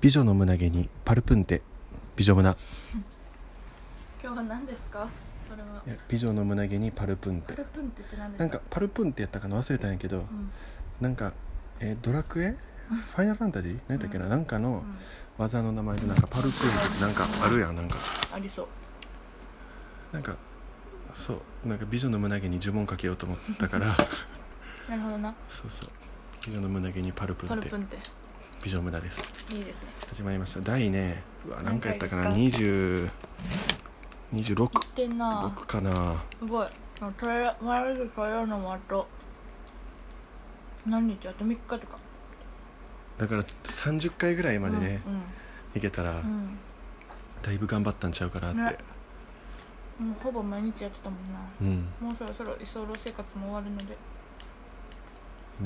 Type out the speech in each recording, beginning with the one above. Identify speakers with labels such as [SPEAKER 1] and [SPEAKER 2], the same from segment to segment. [SPEAKER 1] 美女の胸毛にパルプンテ美女胸
[SPEAKER 2] 今日は何ですかそれはい
[SPEAKER 1] や美女の胸毛にパルプン
[SPEAKER 2] パ
[SPEAKER 1] テ
[SPEAKER 2] ルプンテって何ですか
[SPEAKER 1] なんかパルプンテやったかな忘れたんやけど
[SPEAKER 2] うん
[SPEAKER 1] なんか、えードラクエファイナルファンタジー何だっけな、なんかの
[SPEAKER 2] うん
[SPEAKER 1] 技の名前でなんかパルプンテってなんかあるやんなんか
[SPEAKER 2] ありそう
[SPEAKER 1] なんかそうなんか美女の胸毛に呪文かけようと思った から
[SPEAKER 2] なるほどな
[SPEAKER 1] そうそう美女の胸毛にパルプ
[SPEAKER 2] パ
[SPEAKER 1] ン
[SPEAKER 2] ル
[SPEAKER 1] テ
[SPEAKER 2] プンテ
[SPEAKER 1] 美女胸です
[SPEAKER 2] いいですね
[SPEAKER 1] 始まりました第ねうわ何回やったかな
[SPEAKER 2] 何
[SPEAKER 1] 20 26
[SPEAKER 2] 言ってんな
[SPEAKER 1] 6かな
[SPEAKER 2] すごいもう取れ割れる取れるのもあと何日あと3日とか
[SPEAKER 1] だから30回ぐらいまでね、
[SPEAKER 2] う
[SPEAKER 1] いけたら
[SPEAKER 2] んうん
[SPEAKER 1] だいぶ頑張ったんちゃうかなって、
[SPEAKER 2] ねうんもうほぼ毎日やってたもんな
[SPEAKER 1] うん
[SPEAKER 2] もうそろそろ居候生活も終わるので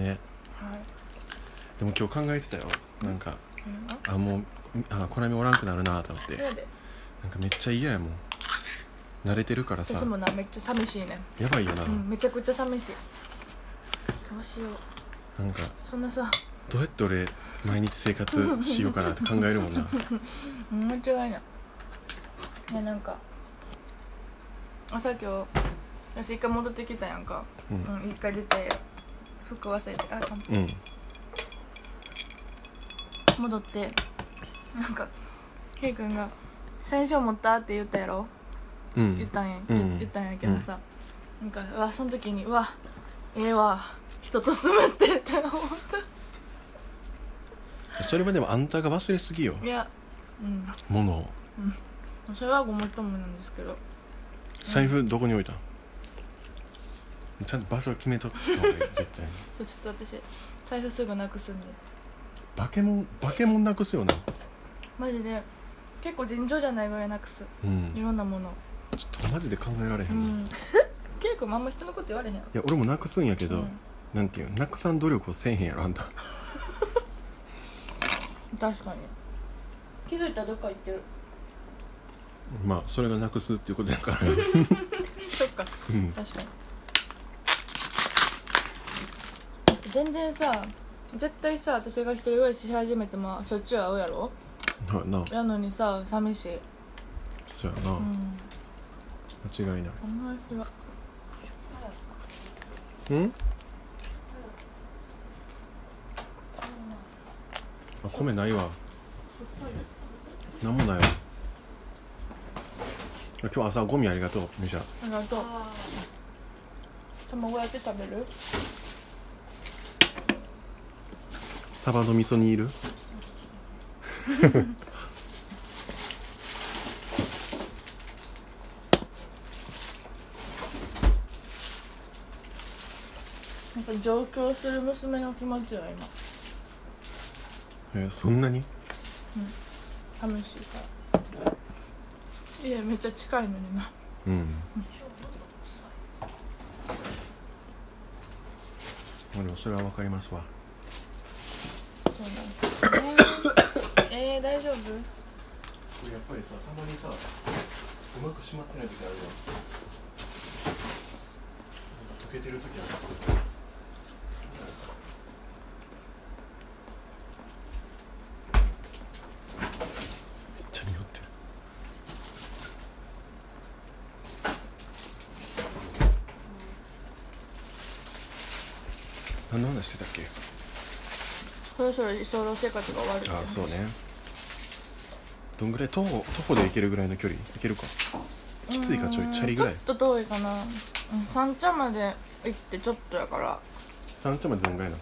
[SPEAKER 1] ね
[SPEAKER 2] はい
[SPEAKER 1] でも今日考えてたよなんか
[SPEAKER 2] うんあ
[SPEAKER 1] あもうあコナミおらんくなるなと思って
[SPEAKER 2] そやで
[SPEAKER 1] なんかめっちゃ嫌やもん慣れてるからさ
[SPEAKER 2] 私もなめっちゃ寂しいね
[SPEAKER 1] やばいよな、
[SPEAKER 2] うんめちゃくちゃ寂しいどうしよう
[SPEAKER 1] なんか
[SPEAKER 2] そんなさ
[SPEAKER 1] どうやって俺毎日生活しようかなって考えるもん な
[SPEAKER 2] うん間違いないいやなんか朝今日私一回戻ってきたやんか
[SPEAKER 1] うん
[SPEAKER 2] うん一回出て服忘れてあ乾杯
[SPEAKER 1] うん
[SPEAKER 2] 戻ってなんかケイ君が「社員証持った?」って言ったやろ
[SPEAKER 1] う
[SPEAKER 2] 言っ
[SPEAKER 1] ん
[SPEAKER 2] たんや、
[SPEAKER 1] うん
[SPEAKER 2] 言ったんやけどさ、なんかうわその時に「うわええわ人と住むって」って思っ
[SPEAKER 1] それはでもあんたが忘れすぎよ
[SPEAKER 2] たいやうん
[SPEAKER 1] ものを
[SPEAKER 2] それはごもっともなんですけど
[SPEAKER 1] 財布どこに置いたんちゃんと場所決めとった方がいい絶対に
[SPEAKER 2] そうちょっと私財布すぐなくすんで
[SPEAKER 1] バケモンバケモンなくすよな
[SPEAKER 2] マジで結構尋常じゃないぐらいなくす
[SPEAKER 1] うん
[SPEAKER 2] いろんなもの
[SPEAKER 1] ちょっとマジで考えられへん
[SPEAKER 2] う
[SPEAKER 1] もん、い
[SPEAKER 2] ん 結構あんま人のこと言われへんやろ
[SPEAKER 1] や俺もなくすんやけど、
[SPEAKER 2] うん
[SPEAKER 1] なんていうのなくさん努力をせえへんやろあんた
[SPEAKER 2] 確かに気づいたらどっか行ってる
[SPEAKER 1] まあそれがなくすっていうことやから
[SPEAKER 2] そっか
[SPEAKER 1] うん
[SPEAKER 2] 確かに全然さ絶対さ私が一人暮らしし始めてもしょっちゅう会うやろ
[SPEAKER 1] なな
[SPEAKER 2] やのにさ寂しい
[SPEAKER 1] そうやな、
[SPEAKER 2] うん
[SPEAKER 1] 間違いない
[SPEAKER 2] あんまりそれは
[SPEAKER 1] うんあ米ないわなんもないわ今日朝ゴミありがとうみシャ
[SPEAKER 2] ありがとう卵焼き食べる
[SPEAKER 1] サバの味噌煮いる
[SPEAKER 2] なんか上京する娘の気持ちが今
[SPEAKER 1] えーそんなに
[SPEAKER 2] 寂しいから家めっちゃ近いのにな
[SPEAKER 1] うんまあでもそれはわかりますわ
[SPEAKER 2] そうなんですねえー、大丈夫
[SPEAKER 1] これやっぱりさたまにさうまく閉まってない時あるよなんか溶けてる時あるめっちゃ匂ってる何の話してたっけ
[SPEAKER 2] そろそろ居候生活が終わるって
[SPEAKER 1] ああそうねどんぐらい徒歩徒歩で行けるぐらいの距離行けるかきついかちょいチャリぐらい
[SPEAKER 2] うんちょっと遠いかなうん三茶まで行ってちょっとやから
[SPEAKER 1] 三丁までどんぐらいな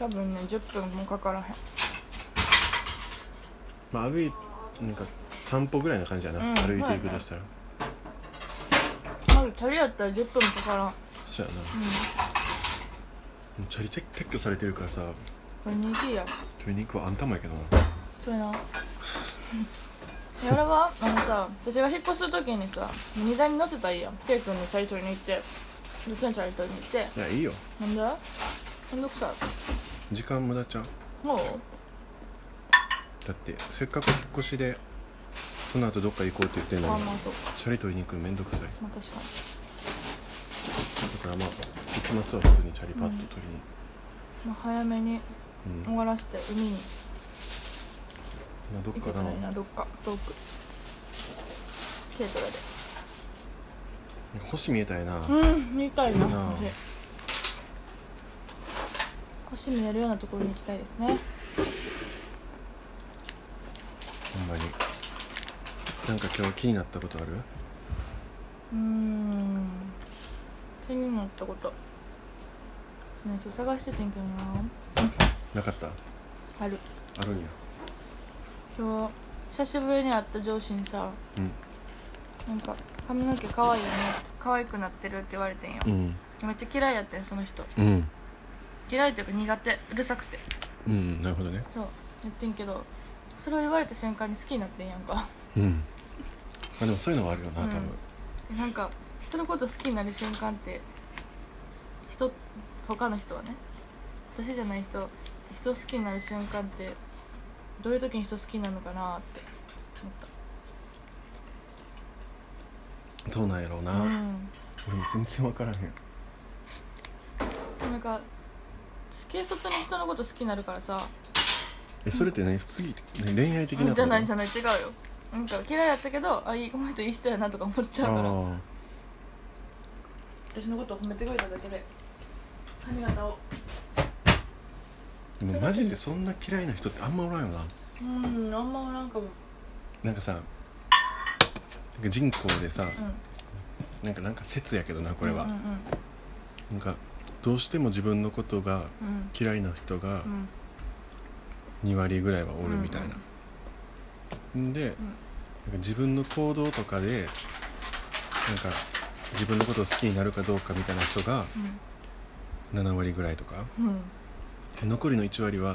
[SPEAKER 2] 多分ね10分もかからへ
[SPEAKER 1] まあ歩いなんか散歩ぐらいな感じやな、
[SPEAKER 2] うん
[SPEAKER 1] 歩いていくとしたら、
[SPEAKER 2] んまずチャリやったら10分もかからん
[SPEAKER 1] そうやな、もうチャリチェ撤去されてるからさ
[SPEAKER 2] これ 2T や
[SPEAKER 1] 鶏肉はあんたもやけどな
[SPEAKER 2] そうやなや俺はあのさ私が引っ越す時にさ荷台に乗せたらいいやんケイ君のチャリ取りに行って私のチャリ取りに行って
[SPEAKER 1] いやいいよ
[SPEAKER 2] なんでめんどくさい
[SPEAKER 1] 時間無駄ちゃう
[SPEAKER 2] もう
[SPEAKER 1] だってせっかく引っ越しでその後どっか行こうって言ってん
[SPEAKER 2] ま
[SPEAKER 1] の
[SPEAKER 2] あ
[SPEAKER 1] に
[SPEAKER 2] まあそうか
[SPEAKER 1] チャリ取りに行くのめんどくさいだ
[SPEAKER 2] まあ確かに
[SPEAKER 1] からまあ行きますわ普通にチャリパッと取りに、
[SPEAKER 2] まあ、早めに
[SPEAKER 1] うん
[SPEAKER 2] 終わらせて海に
[SPEAKER 1] 今どっ
[SPEAKER 2] 行け
[SPEAKER 1] か
[SPEAKER 2] た
[SPEAKER 1] だ
[SPEAKER 2] ら
[SPEAKER 1] ない
[SPEAKER 2] いなどっか遠く軽トラで
[SPEAKER 1] 星見えたいな、
[SPEAKER 2] うん見たいな
[SPEAKER 1] なあ
[SPEAKER 2] 星星見えるようなところに行きたいですね
[SPEAKER 1] ほんまになんか今日気になったことある
[SPEAKER 2] うーん気になったことそうね今日探しててんけどな
[SPEAKER 1] なかった
[SPEAKER 2] ある
[SPEAKER 1] あるんや
[SPEAKER 2] 今日久しぶりに会った上司にさ
[SPEAKER 1] うん
[SPEAKER 2] なんか髪の毛可愛いよね可愛くなってるって言われてんよ、
[SPEAKER 1] うん
[SPEAKER 2] めっちゃ嫌いやってんその人
[SPEAKER 1] うん
[SPEAKER 2] 嫌いというか苦手うるさくて
[SPEAKER 1] うんなるほどね
[SPEAKER 2] そうやってんけどそれを言われた瞬間に好きになってんやんか
[SPEAKER 1] うんまあでもそういうのはあるよな
[SPEAKER 2] うん
[SPEAKER 1] 多分、
[SPEAKER 2] なんか人のこと好きになる瞬間って人他の人はね私じゃない人人を好きになる瞬間ってどういう時に人好きになるのかなって思っ
[SPEAKER 1] どうなんやろう
[SPEAKER 2] た
[SPEAKER 1] な、
[SPEAKER 2] うん
[SPEAKER 1] 俺も全然分からへん
[SPEAKER 2] なんか軽率に人のこと好きになるからさ
[SPEAKER 1] えそれって何次、ね、恋愛的な
[SPEAKER 2] じゃない
[SPEAKER 1] あ
[SPEAKER 2] じゃない違うよなんか嫌いやったけどあいいこの人いい人やなとか思っち
[SPEAKER 1] あ
[SPEAKER 2] ゃうから
[SPEAKER 1] ー
[SPEAKER 2] 私のことを褒めてくれただけで髪型を
[SPEAKER 1] でもマジでそんな嫌いな人ってあんまおらんよな
[SPEAKER 2] うんあんまおらんかも
[SPEAKER 1] なんかさなんか人口でさ、
[SPEAKER 2] うん
[SPEAKER 1] なんかなんか説やけどなこれは、
[SPEAKER 2] うんうん
[SPEAKER 1] なんかどうしても自分のことが
[SPEAKER 2] うん
[SPEAKER 1] 嫌いな人が
[SPEAKER 2] うん
[SPEAKER 1] 2割ぐらいはおるみたいな、んで、なんか自分の行動とかでなんか自分のことを好きになるかどうかみたいな人が7割ぐらいとか
[SPEAKER 2] うんうん
[SPEAKER 1] で残りの1割は、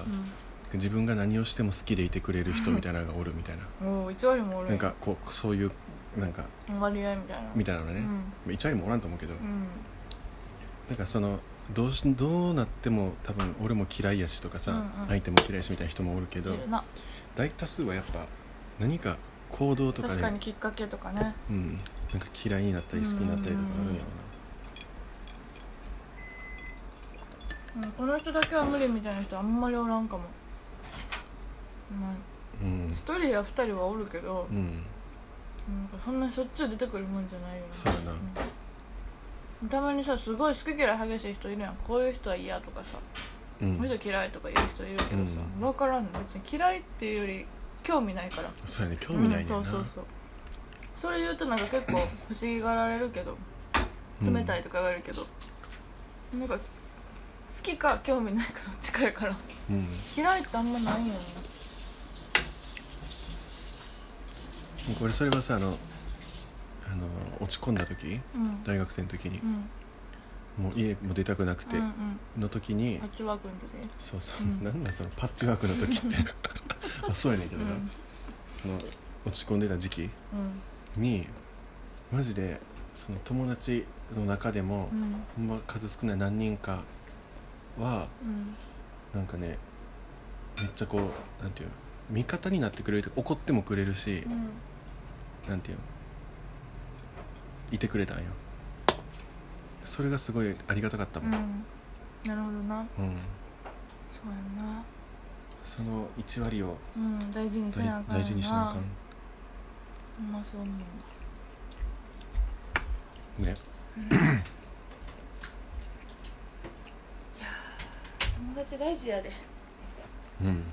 [SPEAKER 1] 自分が何をしても好きでいてくれる人みたいなのがおるみたいな
[SPEAKER 2] うんおお1割もおる
[SPEAKER 1] なんかこうそういうなんか
[SPEAKER 2] 割合みたいな
[SPEAKER 1] みたいなのね、1割もおらんと思うけど、
[SPEAKER 2] うんうん
[SPEAKER 1] なんかそのどうしどうなっても多分俺も嫌いやしとかさ、
[SPEAKER 2] うんうん
[SPEAKER 1] 相手も嫌いやしみたいな人もおるけど
[SPEAKER 2] いるな
[SPEAKER 1] 大多数はやっぱ何か行動とかで
[SPEAKER 2] 確かにきっかけとかね
[SPEAKER 1] うん、なんか嫌いになったり好きになったりとかあるんやろ
[SPEAKER 2] うんこの人だけは無理みたいな人あんまりおらんかもまあ
[SPEAKER 1] なうん
[SPEAKER 2] 1人や2人はおるけど
[SPEAKER 1] うん、
[SPEAKER 2] なんかそんなしょっちゅう出てくるもんじゃないよね
[SPEAKER 1] そうやな、
[SPEAKER 2] たまにさすごい好き嫌い激しい人いるやんこういう人は嫌とかさ
[SPEAKER 1] うん
[SPEAKER 2] こういう人嫌いとか言う人いるけど
[SPEAKER 1] う
[SPEAKER 2] さ、
[SPEAKER 1] ん
[SPEAKER 2] 分からんの別に嫌いっていうより興味ないから
[SPEAKER 1] そうやね興味ないねんな、
[SPEAKER 2] うんそうそうそうそれ言うとなんか結構不思議がられるけど冷たいとか言われるけど、なんか好きか興味ないかどっちかやから
[SPEAKER 1] うん
[SPEAKER 2] 嫌いってあんまないよね
[SPEAKER 1] 俺それはさあのあの落ち込んだ時
[SPEAKER 2] うん
[SPEAKER 1] 大学生の時に
[SPEAKER 2] う、ん
[SPEAKER 1] もう家も出たくなくて、
[SPEAKER 2] うんうん
[SPEAKER 1] の時に、
[SPEAKER 2] パッチワークの時ね
[SPEAKER 1] そうそうう、
[SPEAKER 2] ん
[SPEAKER 1] なんだそのパッチワークの時って あそうやねんけどな、
[SPEAKER 2] うん
[SPEAKER 1] その落ち込んでた時期にマジでその友達の中でも
[SPEAKER 2] う、ん
[SPEAKER 1] ほんま数少ない何人かは
[SPEAKER 2] うん
[SPEAKER 1] なんかねめっちゃこうなんていうの味方になってくれるというか怒ってもくれるし
[SPEAKER 2] う、ん
[SPEAKER 1] なんていうのいてくれたんよそれがすごいありがたかった
[SPEAKER 2] う
[SPEAKER 1] もん、
[SPEAKER 2] んなるほどな
[SPEAKER 1] うん
[SPEAKER 2] そうやな
[SPEAKER 1] その1割を
[SPEAKER 2] うん大事にし
[SPEAKER 1] 大
[SPEAKER 2] なあかんよ
[SPEAKER 1] 大事にしなあか
[SPEAKER 2] ほんまそう思うん
[SPEAKER 1] ね
[SPEAKER 2] 友達大事やで
[SPEAKER 1] うん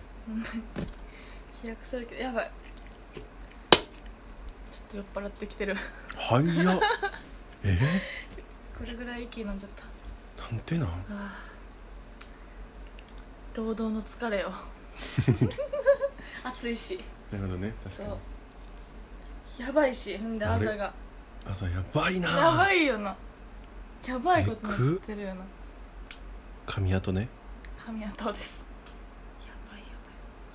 [SPEAKER 2] 飛躍するけどやばいちょっと酔っ払ってきてる
[SPEAKER 1] 早っ え
[SPEAKER 2] これぐらい息飲んじゃった
[SPEAKER 1] なんてな
[SPEAKER 2] 労働の疲 れよ暑いし
[SPEAKER 1] なるほどね確
[SPEAKER 2] そ
[SPEAKER 1] か
[SPEAKER 2] う
[SPEAKER 1] に
[SPEAKER 2] やばいしほんで
[SPEAKER 1] あれ
[SPEAKER 2] 朝が
[SPEAKER 1] 朝やばいな
[SPEAKER 2] やばいよなやばいことになってるよな
[SPEAKER 1] 髪跡ね
[SPEAKER 2] 神谷党ですやばいよ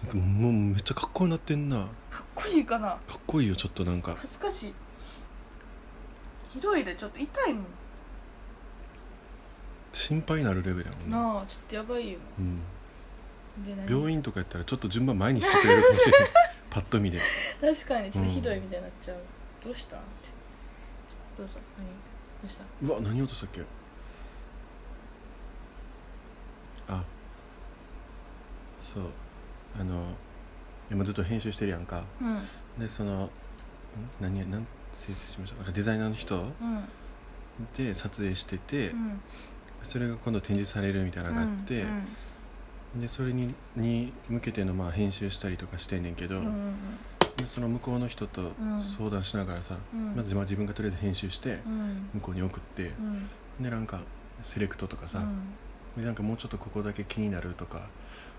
[SPEAKER 1] なんかもうめっちゃかっこよくなってんな
[SPEAKER 2] かっこいいかな
[SPEAKER 1] かっこいいよちょっとなんか
[SPEAKER 2] 恥ずかしい広いでちょっと痛いもん
[SPEAKER 1] 心配になるレベルやもんな、
[SPEAKER 2] なあちょっとやばいよ
[SPEAKER 1] うん、
[SPEAKER 2] で何
[SPEAKER 1] 病院とかやったらちょっと順番前にしてくれるかもしれ ないパッと見で
[SPEAKER 2] 確かにちょっとひどいみたいになっちゃう、どうしたんってどうぞ何どうした
[SPEAKER 1] うわ何落としたっけあそうあの今ずっと編集してるやんか
[SPEAKER 2] うん
[SPEAKER 1] でそのん何や何生成しましたなんかデザイナーの人
[SPEAKER 2] うん
[SPEAKER 1] で撮影してて、
[SPEAKER 2] うん
[SPEAKER 1] それが今度展示されるみたいなのがあって、
[SPEAKER 2] うん
[SPEAKER 1] でそれにに向けてのまあ編集したりとかしてんねんけど、
[SPEAKER 2] うんうん
[SPEAKER 1] でその向こうの人と
[SPEAKER 2] うん
[SPEAKER 1] 相談しながらさ、
[SPEAKER 2] うん
[SPEAKER 1] まずまあ自分がとりあえず編集して
[SPEAKER 2] うん
[SPEAKER 1] 向こうに送って、
[SPEAKER 2] うん
[SPEAKER 1] でなんかセレクトとかさ、
[SPEAKER 2] うん
[SPEAKER 1] でなんかもうちょっとここだけ気になるとか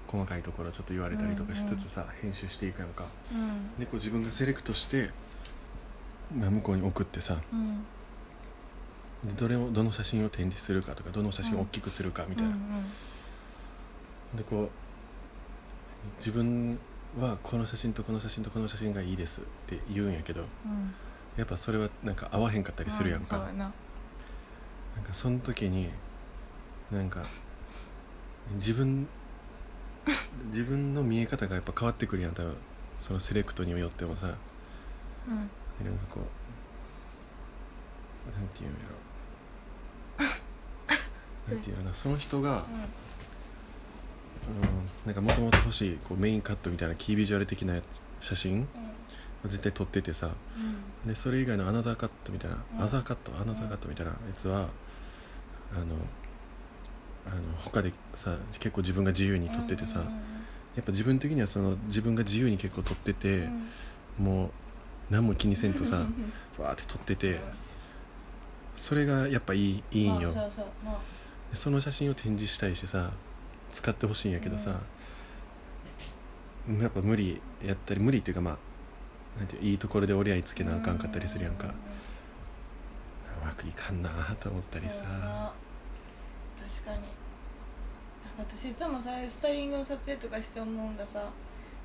[SPEAKER 1] 細かいところちょっと言われたりとかしつつさ、編集していくやんか
[SPEAKER 2] うん
[SPEAKER 1] でこう自分がセレクトして、まあ、向こうに送ってさ
[SPEAKER 2] うん
[SPEAKER 1] でどれをどの写真を展示するかとかどの写真を大きくするかみたいな、でこう自分はこの写真とこの写真とこの写真がいいですって言うんやけど
[SPEAKER 2] うん
[SPEAKER 1] やっぱそれはなんか合わへんかった
[SPEAKER 2] う
[SPEAKER 1] り
[SPEAKER 2] ん
[SPEAKER 1] するやんか、
[SPEAKER 2] うそうやな
[SPEAKER 1] なんかその時になんか自分自分の見え方がやっぱ変わってくるやん多分そのセレクトによってもさなんか
[SPEAKER 2] うん
[SPEAKER 1] こうなんていうんやろなんていうのかなその人が、うん、なんかもともと欲しいこうメインカットみたいなキービジュアル的なやつ写真
[SPEAKER 2] う
[SPEAKER 1] 絶対撮っててさ
[SPEAKER 2] ん
[SPEAKER 1] でそれ以外のアナザーカットみたいな、
[SPEAKER 2] うん
[SPEAKER 1] アザーカットアナザーカットみたいなやつはあのあの他でさ結構自分が自由に撮っててさ、
[SPEAKER 2] うん
[SPEAKER 1] やっぱ自分的にはその自分が自由に結構撮ってて、もう何も気にせんとさわーって撮っててそれがやっぱいいいいんよ、
[SPEAKER 2] まあそうそうまあ
[SPEAKER 1] でその写真を展示したいしさ使ってほしいんやけどさ、やっぱ無理やったり無理っていうかまあなんていういいところで折り合いつけなあかんかったりするやんか、うまくいかんなあと思ったり
[SPEAKER 2] そうや
[SPEAKER 1] さ
[SPEAKER 2] な確かになんか私いつもさスタイリングの撮影とかして思うんがさ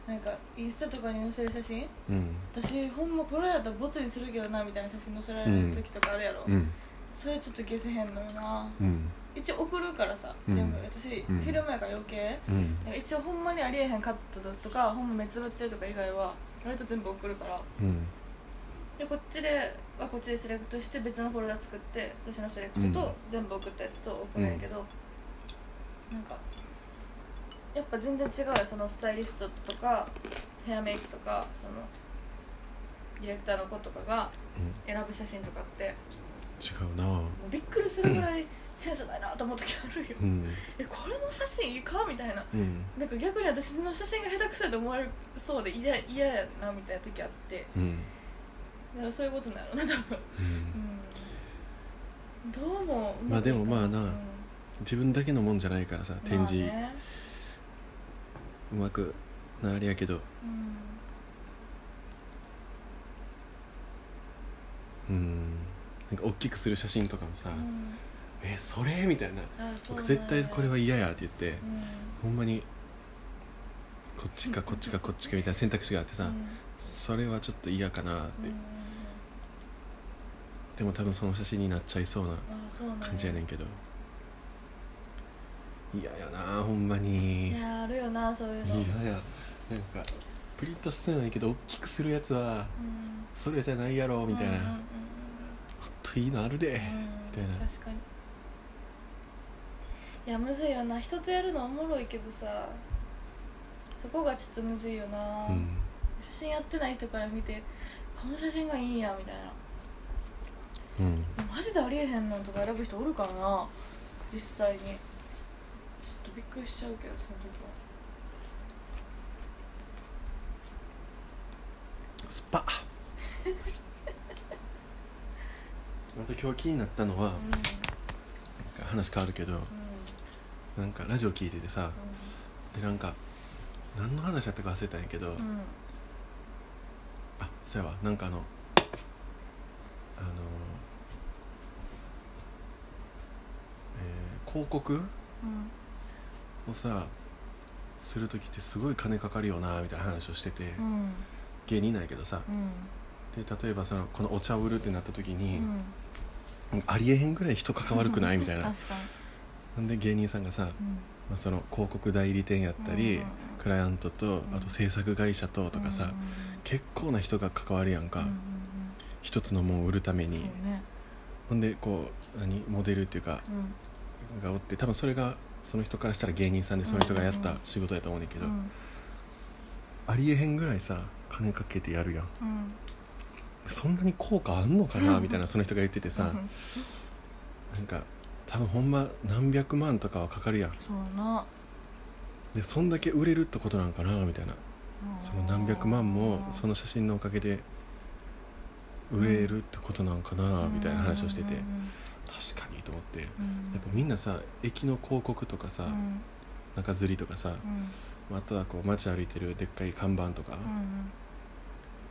[SPEAKER 2] なんかインスタとかに載せる写真
[SPEAKER 1] うん
[SPEAKER 2] 私ほんまこれやったらボツにするけどなみたいな写真載せられる時とかあるやろ、
[SPEAKER 1] うん
[SPEAKER 2] それちょっと消せへんのよな
[SPEAKER 1] うん
[SPEAKER 2] 一応送るからさ
[SPEAKER 1] うん
[SPEAKER 2] 全部、私、
[SPEAKER 1] うん
[SPEAKER 2] フィルムやから余計
[SPEAKER 1] うん
[SPEAKER 2] なんか一応ほんまにありえへんカットだとかほんま目つぶってるとか以外は割と全部送るから
[SPEAKER 1] うん
[SPEAKER 2] でこっちではこっちでセレクトして別のフォルダ作って私のセレクト
[SPEAKER 1] うん
[SPEAKER 2] と全部送ったやつと送るんやけど、なんかやっぱ全然違うよそのスタイリストとかヘアメイクとかそのディレクターの子とかが
[SPEAKER 1] うん
[SPEAKER 2] 選ぶ写真とかっても
[SPEAKER 1] 違うなあ
[SPEAKER 2] うびっくりするぐらいセンスないなと思う時あるよ、
[SPEAKER 1] うん
[SPEAKER 2] えこれの写真いいかみたいな
[SPEAKER 1] うん
[SPEAKER 2] なんか逆に私の写真が下手くそやと思われそうで嫌嫌やなみたいな時あって
[SPEAKER 1] うん
[SPEAKER 2] だからそういうことなのな
[SPEAKER 1] う
[SPEAKER 2] 多分
[SPEAKER 1] ん
[SPEAKER 2] うんどうも
[SPEAKER 1] まあでもまあな
[SPEAKER 2] うん
[SPEAKER 1] 自分だけのもんじゃないからさ展示、
[SPEAKER 2] まあね
[SPEAKER 1] うまくなあれやけど
[SPEAKER 2] うん
[SPEAKER 1] うんなんか大きくする写真とかもさ「
[SPEAKER 2] うん
[SPEAKER 1] えそれ?」みたいな
[SPEAKER 2] あそう
[SPEAKER 1] 僕
[SPEAKER 2] ね
[SPEAKER 1] 絶対これは嫌やって言って
[SPEAKER 2] うん
[SPEAKER 1] ほんまにこっちかこっちかこっちかみたいな選択肢があって
[SPEAKER 2] う
[SPEAKER 1] さ
[SPEAKER 2] ん
[SPEAKER 1] それはちょっと嫌かなって
[SPEAKER 2] うん
[SPEAKER 1] でも多分その写真になっちゃいそうな
[SPEAKER 2] あそうなん
[SPEAKER 1] 感じやねん
[SPEAKER 2] い
[SPEAKER 1] けど嫌やなほんまに
[SPEAKER 2] やあるよなそういうのうん
[SPEAKER 1] 嫌やなんかプリントしてないけど大きくするやつはそれじゃないやろみたいな
[SPEAKER 2] うんうんうん
[SPEAKER 1] もっといいのあるでみたいな
[SPEAKER 2] うん確かにいやむずいよな人とやるのおもろいけどさそこがちょっとむずいよな
[SPEAKER 1] うん
[SPEAKER 2] 写真やってない人から見てこの写真がいいんやみたいな
[SPEAKER 1] うん
[SPEAKER 2] マジでありえへんのとか選ぶ人おるからな実際にちょっとびっくりしちゃうけどその時は
[SPEAKER 1] ス パあと今日気になったのは
[SPEAKER 2] う
[SPEAKER 1] なんか話変わるけど
[SPEAKER 2] ん
[SPEAKER 1] なんかラジオ聞いててさでなんか何の話やったか忘れたんやけど、
[SPEAKER 2] うんうんうん
[SPEAKER 1] あそうやわなんかあのあのえー広告をさする時ってすごい金かかるよなみたいな話をしてて、
[SPEAKER 2] うん
[SPEAKER 1] 芸人なんやけどさ
[SPEAKER 2] うんうん
[SPEAKER 1] で例えばそのこのお茶を売るってなった時
[SPEAKER 2] う
[SPEAKER 1] に、
[SPEAKER 2] ん
[SPEAKER 1] ありえへんぐらい人関わるく ないみたいな
[SPEAKER 2] 確か
[SPEAKER 1] なんで芸人さんがさ、
[SPEAKER 2] にうん
[SPEAKER 1] まあ、その広告代理店やったり、
[SPEAKER 2] うんうんうん
[SPEAKER 1] クライアントと
[SPEAKER 2] ん
[SPEAKER 1] あと制作会社ととかさ、
[SPEAKER 2] うんうん
[SPEAKER 1] 結構な人が関わるやんか、
[SPEAKER 2] うんうん
[SPEAKER 1] 一つのもんを売るために、
[SPEAKER 2] うんそうね
[SPEAKER 1] ほんでこう何モデルっていうか
[SPEAKER 2] うん
[SPEAKER 1] がおって多分それがその人からしたら芸人さんでその人がやっ
[SPEAKER 2] うん
[SPEAKER 1] た
[SPEAKER 2] うん
[SPEAKER 1] 仕事やと思うねんだけど、
[SPEAKER 2] うん
[SPEAKER 1] ありえへんぐらいさ金かけてやるやん
[SPEAKER 2] うん
[SPEAKER 1] そんなに効果あんのかなみたいなその人が言っててさ
[SPEAKER 2] うん
[SPEAKER 1] なんか多分ほんま何百万とかはかかるやん
[SPEAKER 2] そうやな
[SPEAKER 1] でそんだけ売れるってことなんかなみたいなその何百万もその写真のおかげで売れるってことなんかなみたいな話をしてて確かにと思ってや
[SPEAKER 2] や
[SPEAKER 1] っぱみんなさ駅の広告とかさ
[SPEAKER 2] うん
[SPEAKER 1] 中吊りとかさ
[SPEAKER 2] うん
[SPEAKER 1] まああとはこう街歩いてるでっかい看板とか
[SPEAKER 2] うんうん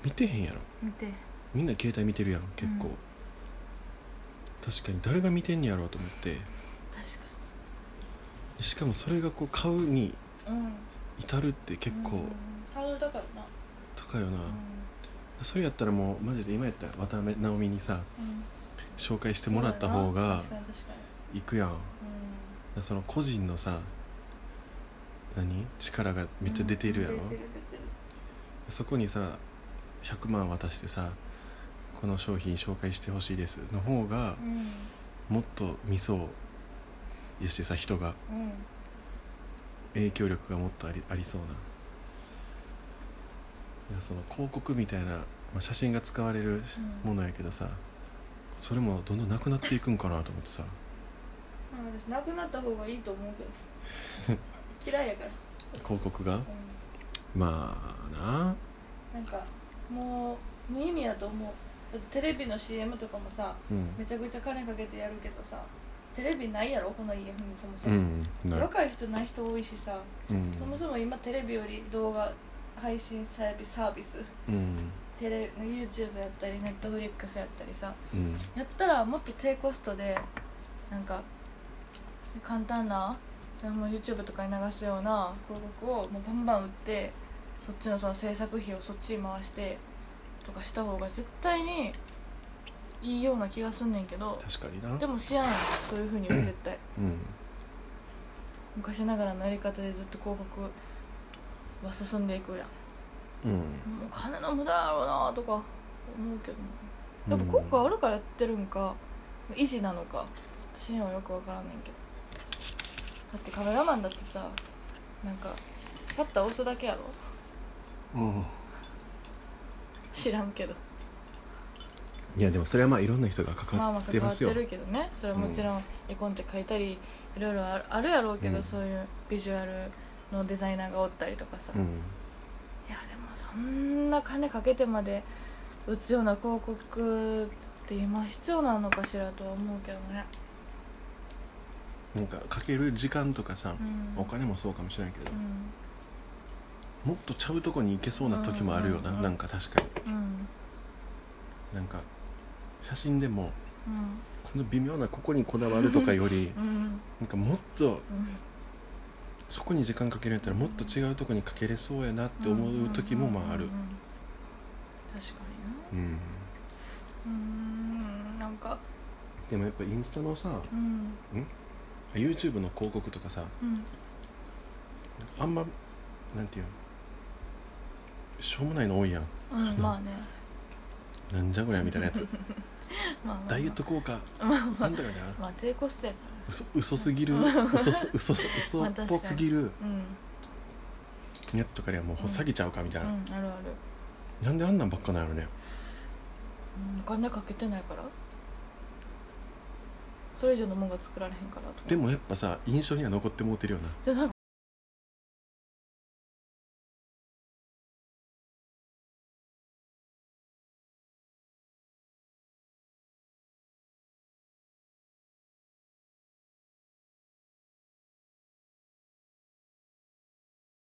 [SPEAKER 1] 見てへんやろ
[SPEAKER 2] 見て
[SPEAKER 1] みんな携帯見てるやん結構
[SPEAKER 2] うん
[SPEAKER 1] 確かに誰が見てんやろうと思って
[SPEAKER 2] 確
[SPEAKER 1] しかもそれがこう買うに
[SPEAKER 2] かにうん
[SPEAKER 1] 至るって結構
[SPEAKER 2] ハードル高いな
[SPEAKER 1] 高いよな
[SPEAKER 2] う
[SPEAKER 1] それやったらもうマジで今やったら渡辺直美にさ
[SPEAKER 2] んうん
[SPEAKER 1] 紹介してもらった方が
[SPEAKER 2] そうやな確かに
[SPEAKER 1] 行くやん
[SPEAKER 2] 確かに
[SPEAKER 1] その個人のさ何力が
[SPEAKER 2] うん
[SPEAKER 1] めっちゃ出てるやろ、
[SPEAKER 2] 出てる出てる
[SPEAKER 1] そこにさ100万渡してさこの商品紹介してほしいですの方が
[SPEAKER 2] うん
[SPEAKER 1] もっと見そうやしさ人が
[SPEAKER 2] うん
[SPEAKER 1] 影響力がもっとありありそうななんかその広告みたいな、まあ、写真が使われる
[SPEAKER 2] うん
[SPEAKER 1] ものやけどさ、それもどんどんなくなっていくんかなと思ってさ
[SPEAKER 2] まあ私なくなった方がいいと思う けど嫌いやから、
[SPEAKER 1] 広告が
[SPEAKER 2] う、
[SPEAKER 1] まあなん
[SPEAKER 2] なんかもう無意味やと思うだってテレビの CM とかもさ
[SPEAKER 1] うん
[SPEAKER 2] めちゃくちゃ金かけてやるけどさテレビないやろこの家にそもそも、
[SPEAKER 1] うんなる
[SPEAKER 2] 若い人ない人多いしさ
[SPEAKER 1] うん
[SPEAKER 2] そもそも今テレビより動画配信サービスサービス
[SPEAKER 1] うん
[SPEAKER 2] テレ YouTube やったり Netflix やったりさ
[SPEAKER 1] うん
[SPEAKER 2] やったらもっと低コストでなんか簡単なもう YouTube とかに流すような広告をもうバンバン売ってそっちのその制作費をそっちに回してとかした方が絶対にいいような気がすんねんけど
[SPEAKER 1] 確かにな
[SPEAKER 2] でも知らんそういうふうには絶対
[SPEAKER 1] うん
[SPEAKER 2] 昔ながらのやり方でずっと広告は進んでいくや
[SPEAKER 1] う
[SPEAKER 2] ん
[SPEAKER 1] ん
[SPEAKER 2] もう金の無駄やろうなとか思うけどやっぱ効果あるからやってるんか維持なのか私にはよくわからないけどだってカメラマンだってさなんかシャッター押すだけやろ
[SPEAKER 1] うん
[SPEAKER 2] 知らんけど
[SPEAKER 1] いやでもそれはまあいろんな人が
[SPEAKER 2] ま
[SPEAKER 1] 関
[SPEAKER 2] あま
[SPEAKER 1] わ
[SPEAKER 2] あ
[SPEAKER 1] って
[SPEAKER 2] 関わ
[SPEAKER 1] ま
[SPEAKER 2] っ
[SPEAKER 1] すよ
[SPEAKER 2] てるけどねそれはもちろん絵コンテ書いたりいろいろあるあるやろうけど、
[SPEAKER 1] うん
[SPEAKER 2] そういうビジュアルのデザイナーがおったりとかさ、
[SPEAKER 1] う
[SPEAKER 2] い
[SPEAKER 1] ん
[SPEAKER 2] やでもそんな金かけてまで打つような広告って今必要なのかしらとは思うけどね、
[SPEAKER 1] なんかかける時間とかさ
[SPEAKER 2] うん、
[SPEAKER 1] お金もそうかもしれないけど
[SPEAKER 2] うん
[SPEAKER 1] もっとちゃうとこに行けそうな時もあるよな
[SPEAKER 2] うん
[SPEAKER 1] なんか確かに
[SPEAKER 2] うん
[SPEAKER 1] なんか写真でも
[SPEAKER 2] うん
[SPEAKER 1] この微妙なここにこだわるとかより
[SPEAKER 2] うん
[SPEAKER 1] なんかもっと
[SPEAKER 2] うん
[SPEAKER 1] そこに時間かけるんやったらもっと違うとこにかけれそうやなって思う時もまあある
[SPEAKER 2] うんうんうん確かにな
[SPEAKER 1] うん
[SPEAKER 2] うーんなんか
[SPEAKER 1] でもやっぱインスタのさ
[SPEAKER 2] うん
[SPEAKER 1] YouTube の広告とかさ
[SPEAKER 2] うん
[SPEAKER 1] あんまなんていうのしょうもないの多いやん
[SPEAKER 2] うんまあね
[SPEAKER 1] なんじゃこりゃみたいなや つ
[SPEAKER 2] まあまあまあ
[SPEAKER 1] ダイエット効果なんとかみたいな
[SPEAKER 2] まあ低コストやか
[SPEAKER 1] 嘘嘘すぎる嘘す嘘す嘘っぽすぎる
[SPEAKER 2] らうん
[SPEAKER 1] やつとかにはもう詐欺ちゃうかみたいな、
[SPEAKER 2] うんあるある
[SPEAKER 1] なんであんなんばっかなんやろね
[SPEAKER 2] うんお金かけてないからそれ以上のもんが作られへんからと
[SPEAKER 1] でもやっぱさ印象には残ってもうてるよな
[SPEAKER 2] じゃあなんか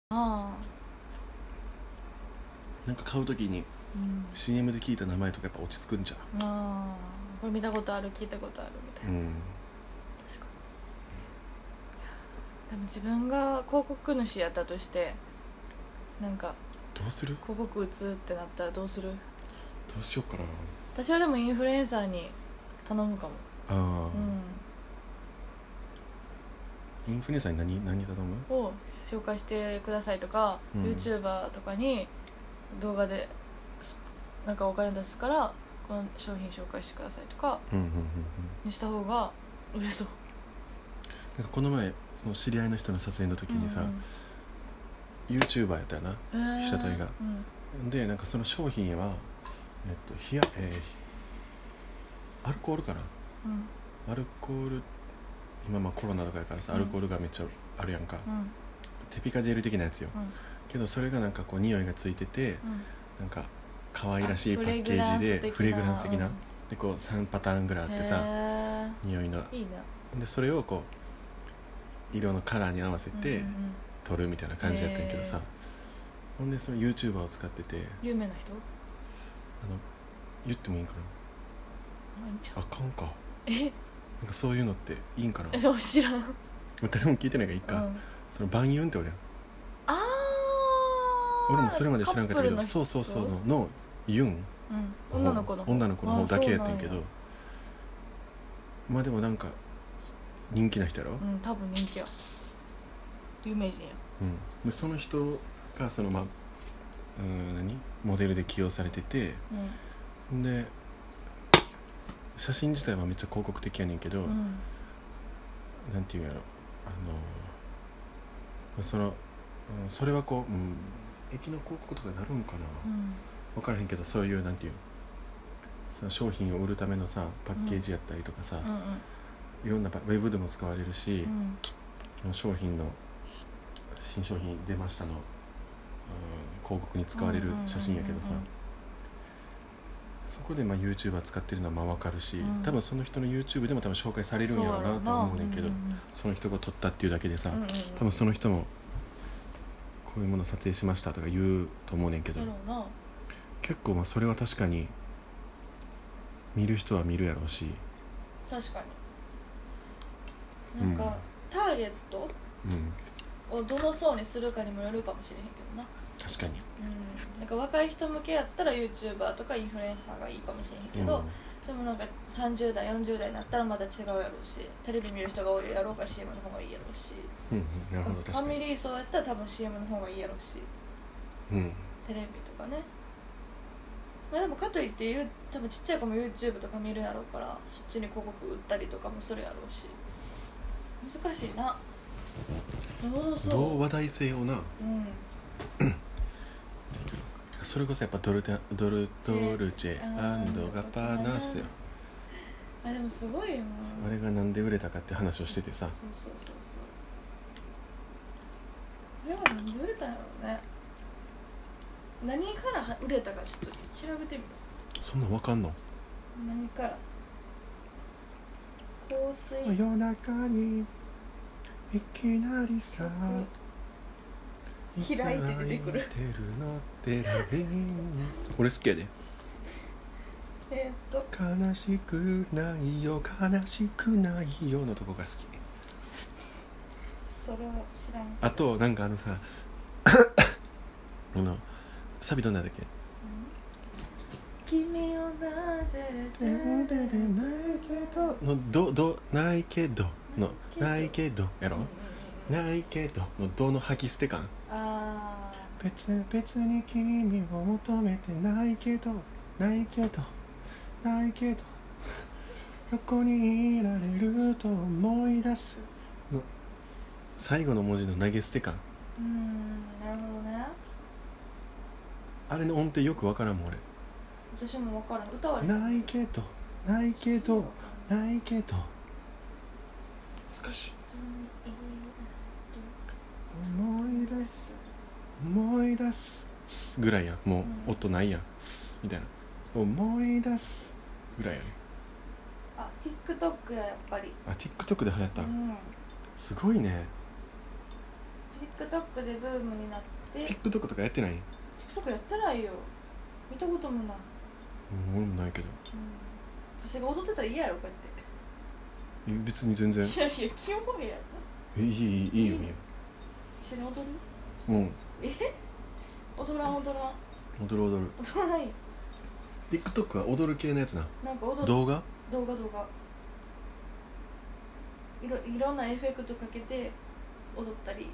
[SPEAKER 2] あ
[SPEAKER 1] なんか買う時に
[SPEAKER 2] あ、うん、
[SPEAKER 1] CM で聞いた名前とかやっぱ落ち着くんじゃ
[SPEAKER 2] ああこれ見たことある聞いたことあるみたいな、
[SPEAKER 1] んうん
[SPEAKER 2] 確かにでも自分が広告主やったとしてなんか
[SPEAKER 1] どうする
[SPEAKER 2] 広告打つってなったらどうする
[SPEAKER 1] どうしようかな
[SPEAKER 2] 私はでもインフルエンサーに頼むかも
[SPEAKER 1] あ
[SPEAKER 2] う
[SPEAKER 1] あ、
[SPEAKER 2] ん
[SPEAKER 1] インフルエンサーに何何頼む
[SPEAKER 2] を紹介してくださいとか、
[SPEAKER 1] うん
[SPEAKER 2] YouTuber とかに動画でスなんかお金出すからこの商品紹介してくださいとか
[SPEAKER 1] うんうんうんうん
[SPEAKER 2] にした方が売れそう
[SPEAKER 1] なんかこの前その知り合いの人の撮影の時にさ、
[SPEAKER 2] うん
[SPEAKER 1] YouTuber やったよな
[SPEAKER 2] えー
[SPEAKER 1] 被写体が
[SPEAKER 2] うん
[SPEAKER 1] でなんかその商品はえっとひや、えーアルコールかな
[SPEAKER 2] うん
[SPEAKER 1] アルコール今まあコロナとかやからさ、
[SPEAKER 2] う
[SPEAKER 1] ア
[SPEAKER 2] ん
[SPEAKER 1] ルコールがめっちゃあるやんか、
[SPEAKER 2] うん
[SPEAKER 1] テピカジェル的なやつよ、
[SPEAKER 2] うん
[SPEAKER 1] けどそれがなんかこう匂いがついてて、
[SPEAKER 2] うん
[SPEAKER 1] なんか可愛らしいパッケージで
[SPEAKER 2] あ
[SPEAKER 1] フ
[SPEAKER 2] フ
[SPEAKER 1] レ
[SPEAKER 2] レ
[SPEAKER 1] グラ
[SPEAKER 2] グラ
[SPEAKER 1] ン
[SPEAKER 2] ン
[SPEAKER 1] ス
[SPEAKER 2] ス
[SPEAKER 1] 的
[SPEAKER 2] 的
[SPEAKER 1] な、
[SPEAKER 2] なうん
[SPEAKER 1] でこう3パターンぐらいあってさ
[SPEAKER 2] へ
[SPEAKER 1] 匂いの
[SPEAKER 2] ーいいな
[SPEAKER 1] でそれをこう色のカラーに合わせ
[SPEAKER 2] う
[SPEAKER 1] て
[SPEAKER 2] んうんうん
[SPEAKER 1] 撮るみたいな感じやったんやけどさ、
[SPEAKER 2] へー
[SPEAKER 1] ほんでその YouTuber を使っててあの
[SPEAKER 2] 有名な人
[SPEAKER 1] 言ってもいいんか
[SPEAKER 2] あいいんちゃ
[SPEAKER 1] なあかんか
[SPEAKER 2] う
[SPEAKER 1] なんかそういうのっていいんかな
[SPEAKER 2] えそう知らん
[SPEAKER 1] 誰も聞いてないからいいか、
[SPEAKER 2] うん
[SPEAKER 1] その万有って俺やん
[SPEAKER 2] あー
[SPEAKER 1] 俺もそれまで知らんかったけ
[SPEAKER 2] カップル
[SPEAKER 1] ど
[SPEAKER 2] の
[SPEAKER 1] そう
[SPEAKER 2] 人
[SPEAKER 1] そうそうののユン
[SPEAKER 2] うん女の子の方
[SPEAKER 1] 女の子の方だけやってんけ
[SPEAKER 2] あ
[SPEAKER 1] どまあでもなんか人気な人やろ、
[SPEAKER 2] そうなんやうん多分人気や有名人や
[SPEAKER 1] うんでその人がそのまあうーん何モデルで起用されてて
[SPEAKER 2] うん
[SPEAKER 1] で写真自体はめっちゃ広告的やねんけど、
[SPEAKER 2] うん
[SPEAKER 1] なんていうんやろあのまあその、うん、それはこう、うん、駅の広告とかになるんかな、
[SPEAKER 2] うん
[SPEAKER 1] 分からへんけどそういうなんていうその商品を売るためのさパッケージやったりとかさ、
[SPEAKER 2] うんうん
[SPEAKER 1] いろんなパウェブでも使われるし、
[SPEAKER 2] うん
[SPEAKER 1] その商品の新商品出ましたの、うん、広告に使われる写真やけどさ、
[SPEAKER 2] うんうんうんうん
[SPEAKER 1] そこでまあ YouTuber 使ってるのはまあ分かるし、
[SPEAKER 2] うん
[SPEAKER 1] 多分その人の YouTube でも多分紹介されるんやろうなとは思うねんけど、その人が撮ったっていうだけでさ、
[SPEAKER 2] そうやろうなうんうんうん
[SPEAKER 1] 多分その人もこういうもの撮影しましたとか言うと思うねんけど、
[SPEAKER 2] やろうな
[SPEAKER 1] 結構まあそれは確かに見る人は見るやろうし、
[SPEAKER 2] 確かになんか、
[SPEAKER 1] うん
[SPEAKER 2] ターゲット
[SPEAKER 1] うん、
[SPEAKER 2] をどの層にするかにもよるかもしれへんけどな
[SPEAKER 1] 確かに、
[SPEAKER 2] うんなんか若い人向けやったら YouTuber とかインフルエンサーがいいかもしれへんけ
[SPEAKER 1] うん
[SPEAKER 2] ど、でもなんか30代40代になったらまた違うやろうしテレビ見る人が多いやろうから CM の方がいいやろうし
[SPEAKER 1] うんうん、なるほど
[SPEAKER 2] ファ
[SPEAKER 1] 確か
[SPEAKER 2] ミ
[SPEAKER 1] に、
[SPEAKER 2] リー層やったら多分 CM の方がいいやろうし
[SPEAKER 1] うん、
[SPEAKER 2] テレビとかねまあでもかといって言う多分ちっちゃい子も YouTube とか見るやろうからそっちに広告売ったりとかもするやろうし難しいなどうそう
[SPEAKER 1] どう話題性をな
[SPEAKER 2] うん
[SPEAKER 1] それこそやっぱドルテドルドルチ
[SPEAKER 2] チ
[SPEAKER 1] ェ
[SPEAKER 2] ェ
[SPEAKER 1] アンドガパーナスよ
[SPEAKER 2] あでもすごいよな
[SPEAKER 1] あれがなんで売れたかって話をしててさ
[SPEAKER 2] そうそうそうそうあれはなんで売れたんやろうね何からは売れたかちょっと調べてみよ
[SPEAKER 1] そんなんわかんの
[SPEAKER 2] う何から香水
[SPEAKER 1] 夜中にいきなりさ
[SPEAKER 2] 開いて出てくる
[SPEAKER 1] いつ開いてるのテレビ俺好きやで
[SPEAKER 2] えーっと
[SPEAKER 1] 悲しくないよ悲しくないよのとこが好き
[SPEAKER 2] それは知らん
[SPEAKER 1] あとなんかあのさ あのサビどんなんだっけ
[SPEAKER 2] 君をなで
[SPEAKER 1] 「ないけど」の「ど」ど「ないけど」の「ないけど」やろ「ないけど」の「ど」の吐き捨て感
[SPEAKER 2] あ
[SPEAKER 1] 別々に君を求めてないけどないけどないけど 横にいられると思い出すの最後の文字の投げ捨て感
[SPEAKER 2] ーうんなるほどね
[SPEAKER 1] あれの音程よくわからんもん
[SPEAKER 2] 私も分からん歌わ
[SPEAKER 1] 俺
[SPEAKER 2] れへん
[SPEAKER 1] ないけどないけどないけど少し思い出す思い出すすぐらいやんもう
[SPEAKER 2] うん
[SPEAKER 1] 音ないやんすみたいな思い出すぐらいやね
[SPEAKER 2] あ TikTok ややっぱり
[SPEAKER 1] あ TikTok で流行った
[SPEAKER 2] うんん
[SPEAKER 1] すごいね
[SPEAKER 2] TikTok でブームになって
[SPEAKER 1] TikTok とかやってない
[SPEAKER 2] TikTok やってないよ見たこともない、
[SPEAKER 1] うん俺もないけど
[SPEAKER 2] うん、私が踊ってたら嫌やろこう
[SPEAKER 1] え別に全然
[SPEAKER 2] やっていやいや気を見やろ
[SPEAKER 1] えいいいいいいよいいよ
[SPEAKER 2] 一緒に踊る
[SPEAKER 1] うん
[SPEAKER 2] 踊らん踊ら
[SPEAKER 1] 踊る
[SPEAKER 2] ん
[SPEAKER 1] 踊る
[SPEAKER 2] 踊らない
[SPEAKER 1] TikTok は踊る系のやつな
[SPEAKER 2] なんか踊る
[SPEAKER 1] 動画
[SPEAKER 2] 動画動画いろいろんなエフェクトかけて踊ったり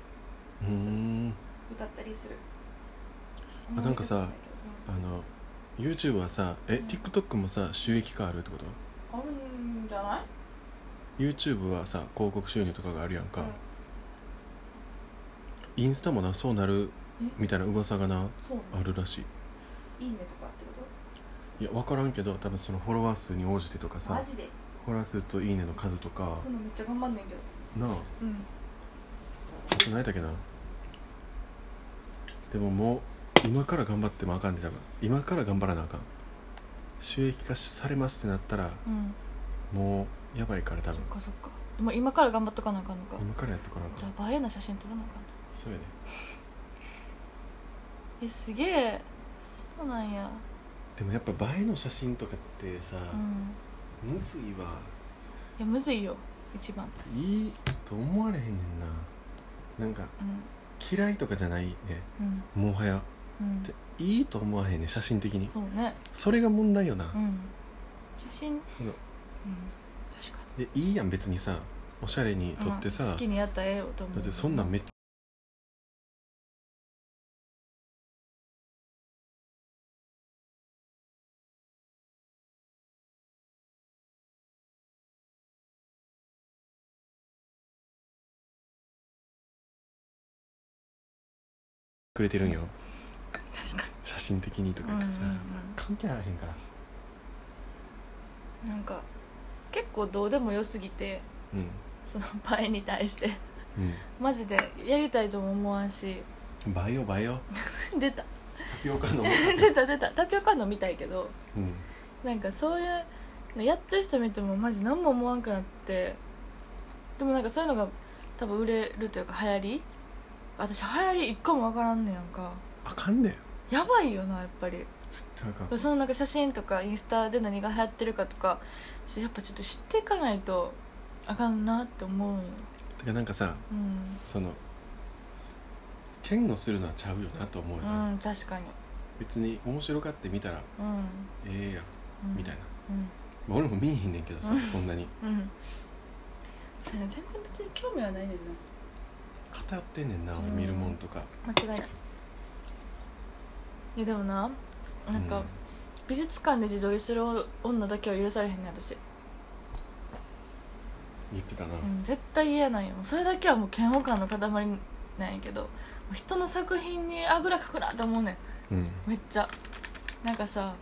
[SPEAKER 1] うーん
[SPEAKER 2] 歌ったりする
[SPEAKER 1] あなんかさ
[SPEAKER 2] あまり
[SPEAKER 1] あの YouTube はさえ
[SPEAKER 2] うん
[SPEAKER 1] TikTok もさ収益化あるってこと
[SPEAKER 2] 歌ってないけどうんあるんじゃない
[SPEAKER 1] YouTube はさ広告収入とかがあるやんか、インスタもなそうなるみたいな噂がな
[SPEAKER 3] そうな
[SPEAKER 1] あ
[SPEAKER 3] の
[SPEAKER 1] るらし
[SPEAKER 3] いいねとかってこ
[SPEAKER 1] いいや分からんけど多分そのフォロワー数に応じてとか
[SPEAKER 3] と
[SPEAKER 1] さ
[SPEAKER 3] マジで
[SPEAKER 1] フォロワー数と「いいね」の数とか
[SPEAKER 3] 今度めっちゃ頑張んねんけど
[SPEAKER 1] なあ
[SPEAKER 2] うん
[SPEAKER 1] 何やったっけなでももう今から頑張ってもあかんで多分今から頑張らなあかん収益化されますってなったら
[SPEAKER 2] うん
[SPEAKER 1] もうやばいから多
[SPEAKER 2] そっ
[SPEAKER 1] 分
[SPEAKER 2] かそっか今今から頑張っとかなあかんのか
[SPEAKER 1] 今からやっとかなあ
[SPEAKER 2] じ
[SPEAKER 1] かん
[SPEAKER 2] ゃあ映えな写真撮らなあかんな
[SPEAKER 1] そうやね
[SPEAKER 2] えすげえそうなんや
[SPEAKER 1] でもやっぱ映えの写真とかってさ、
[SPEAKER 2] うん
[SPEAKER 1] むずいわ
[SPEAKER 2] いやむずいよ一番
[SPEAKER 1] いいと思われへんねんななんか
[SPEAKER 2] うん
[SPEAKER 1] 嫌いとかじゃないね
[SPEAKER 2] うん
[SPEAKER 1] もはや
[SPEAKER 2] うん
[SPEAKER 1] でいいと思わへんね写真的に
[SPEAKER 2] そうね
[SPEAKER 1] それが問題よな、
[SPEAKER 2] うん写真うん
[SPEAKER 1] その
[SPEAKER 2] 確か
[SPEAKER 1] でいいやん別にさおしゃれに
[SPEAKER 2] に
[SPEAKER 1] 撮ってさ、
[SPEAKER 2] まあ
[SPEAKER 1] だ
[SPEAKER 2] 好きにやったらええよと思う
[SPEAKER 1] ってそんなんめっちくれてるんよ
[SPEAKER 2] 確か
[SPEAKER 1] 写真的にとか
[SPEAKER 2] に
[SPEAKER 1] 言
[SPEAKER 2] う
[SPEAKER 1] っ
[SPEAKER 2] んう
[SPEAKER 1] てさ、
[SPEAKER 2] ん
[SPEAKER 1] 関係あらへんから
[SPEAKER 2] うんなんか結構どうでもよすぎて
[SPEAKER 1] う
[SPEAKER 2] その映えに対して
[SPEAKER 1] ん、
[SPEAKER 2] マジでやりたいとも思わんし
[SPEAKER 1] うん、バイオバイ オ
[SPEAKER 2] 出た
[SPEAKER 1] タピオカの、
[SPEAKER 2] 出た出たタピオカのみたいけど
[SPEAKER 1] うん、
[SPEAKER 2] なんかそういうのやってる人見てもマジ何も思わんくなってでもなんかそういうのが多分売れるというか流行り私流行り一個もわからんねやんか
[SPEAKER 1] あかんねん
[SPEAKER 2] やばいよなやっぱり
[SPEAKER 1] 絶対あかん
[SPEAKER 2] そのなんか写真とかインスタで何が流行ってるかとかちょやっぱちょっと知っていかないとあかんなって思うんよ
[SPEAKER 1] だからなんかさ
[SPEAKER 2] うん、
[SPEAKER 1] その嫌悪するのはちゃうよなと思うよな、
[SPEAKER 2] うん、確かに
[SPEAKER 1] 別に面白がって見たら
[SPEAKER 2] うん、
[SPEAKER 1] ええや
[SPEAKER 2] うん
[SPEAKER 1] んみたいな、
[SPEAKER 2] うん
[SPEAKER 1] まあ俺も見えへんねんけどさ、
[SPEAKER 2] うん
[SPEAKER 1] そんなに
[SPEAKER 2] うんそうやな全然別に興味はないねん
[SPEAKER 1] 偏ってんねんな、俺
[SPEAKER 2] うん
[SPEAKER 1] 見るもんとか
[SPEAKER 2] な間違いないいやでもななんか、美術館で自撮りする女だけは許されへんねん私、
[SPEAKER 1] 言ってたな、
[SPEAKER 2] うん、絶対嫌なんよそれだけはもう嫌悪感の塊なんやけどもう人の作品にあぐらかくなって思うねん
[SPEAKER 1] うん
[SPEAKER 2] めっちゃなんかさ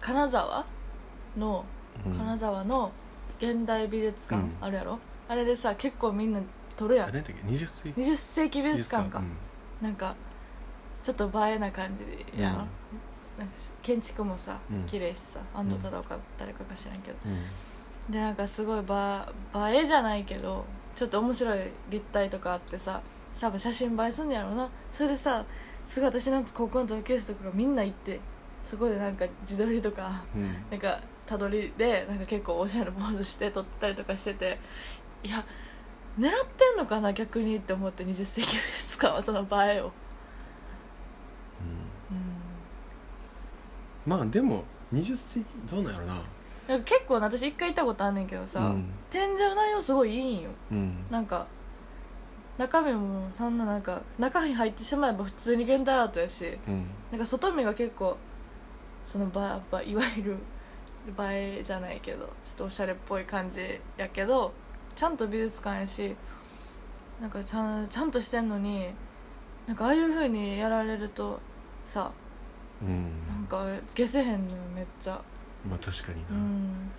[SPEAKER 2] 金沢の
[SPEAKER 1] うん
[SPEAKER 2] 金沢の現代美術館
[SPEAKER 1] うん
[SPEAKER 2] あるやろ、あれでさ結構みんな撮るや
[SPEAKER 1] あ
[SPEAKER 2] ん
[SPEAKER 1] 何だっけ20世紀
[SPEAKER 2] 20世紀美術館か、
[SPEAKER 1] うん
[SPEAKER 2] なんかちょっと映えな感じでやん、
[SPEAKER 1] うん
[SPEAKER 2] なんか建築もさ
[SPEAKER 1] うん
[SPEAKER 2] 綺麗しさ、安藤忠雄か誰かか知らんけど、
[SPEAKER 1] うん
[SPEAKER 2] でなんかすごいば映えじゃないけどちょっと面白い立体とかあってさ多分写真映えすんのやろうなそれでさすごい私の高校の同級生とかがみんな行ってそこでなんか自撮りとか
[SPEAKER 1] うん
[SPEAKER 2] なんかたどりでなんか結構おしゃれなポーズして撮ったりとかしてていや狙ってんのかな逆にって思って20世紀美術館はその映えをうん
[SPEAKER 1] まあでも20世紀どうなんやろな
[SPEAKER 2] なんか結構な私一回行ったことあんねんけどさ、
[SPEAKER 1] うん
[SPEAKER 2] 天井内容すごいいいんよ
[SPEAKER 1] うん
[SPEAKER 2] なんか中身もそんななんか中に入ってしまえば普通に現代アートやし
[SPEAKER 1] うん
[SPEAKER 2] なんか外見が結構そのばばいわゆる映えじゃないけどちょっとおしゃれっぽい感じやけどちゃんと美術館やしなんかちゃんちゃんとしてんのになんかああいう風にやられるとさ
[SPEAKER 1] うん
[SPEAKER 2] なんか消せへんのよめっちゃ
[SPEAKER 1] まあ確かにな、
[SPEAKER 2] うん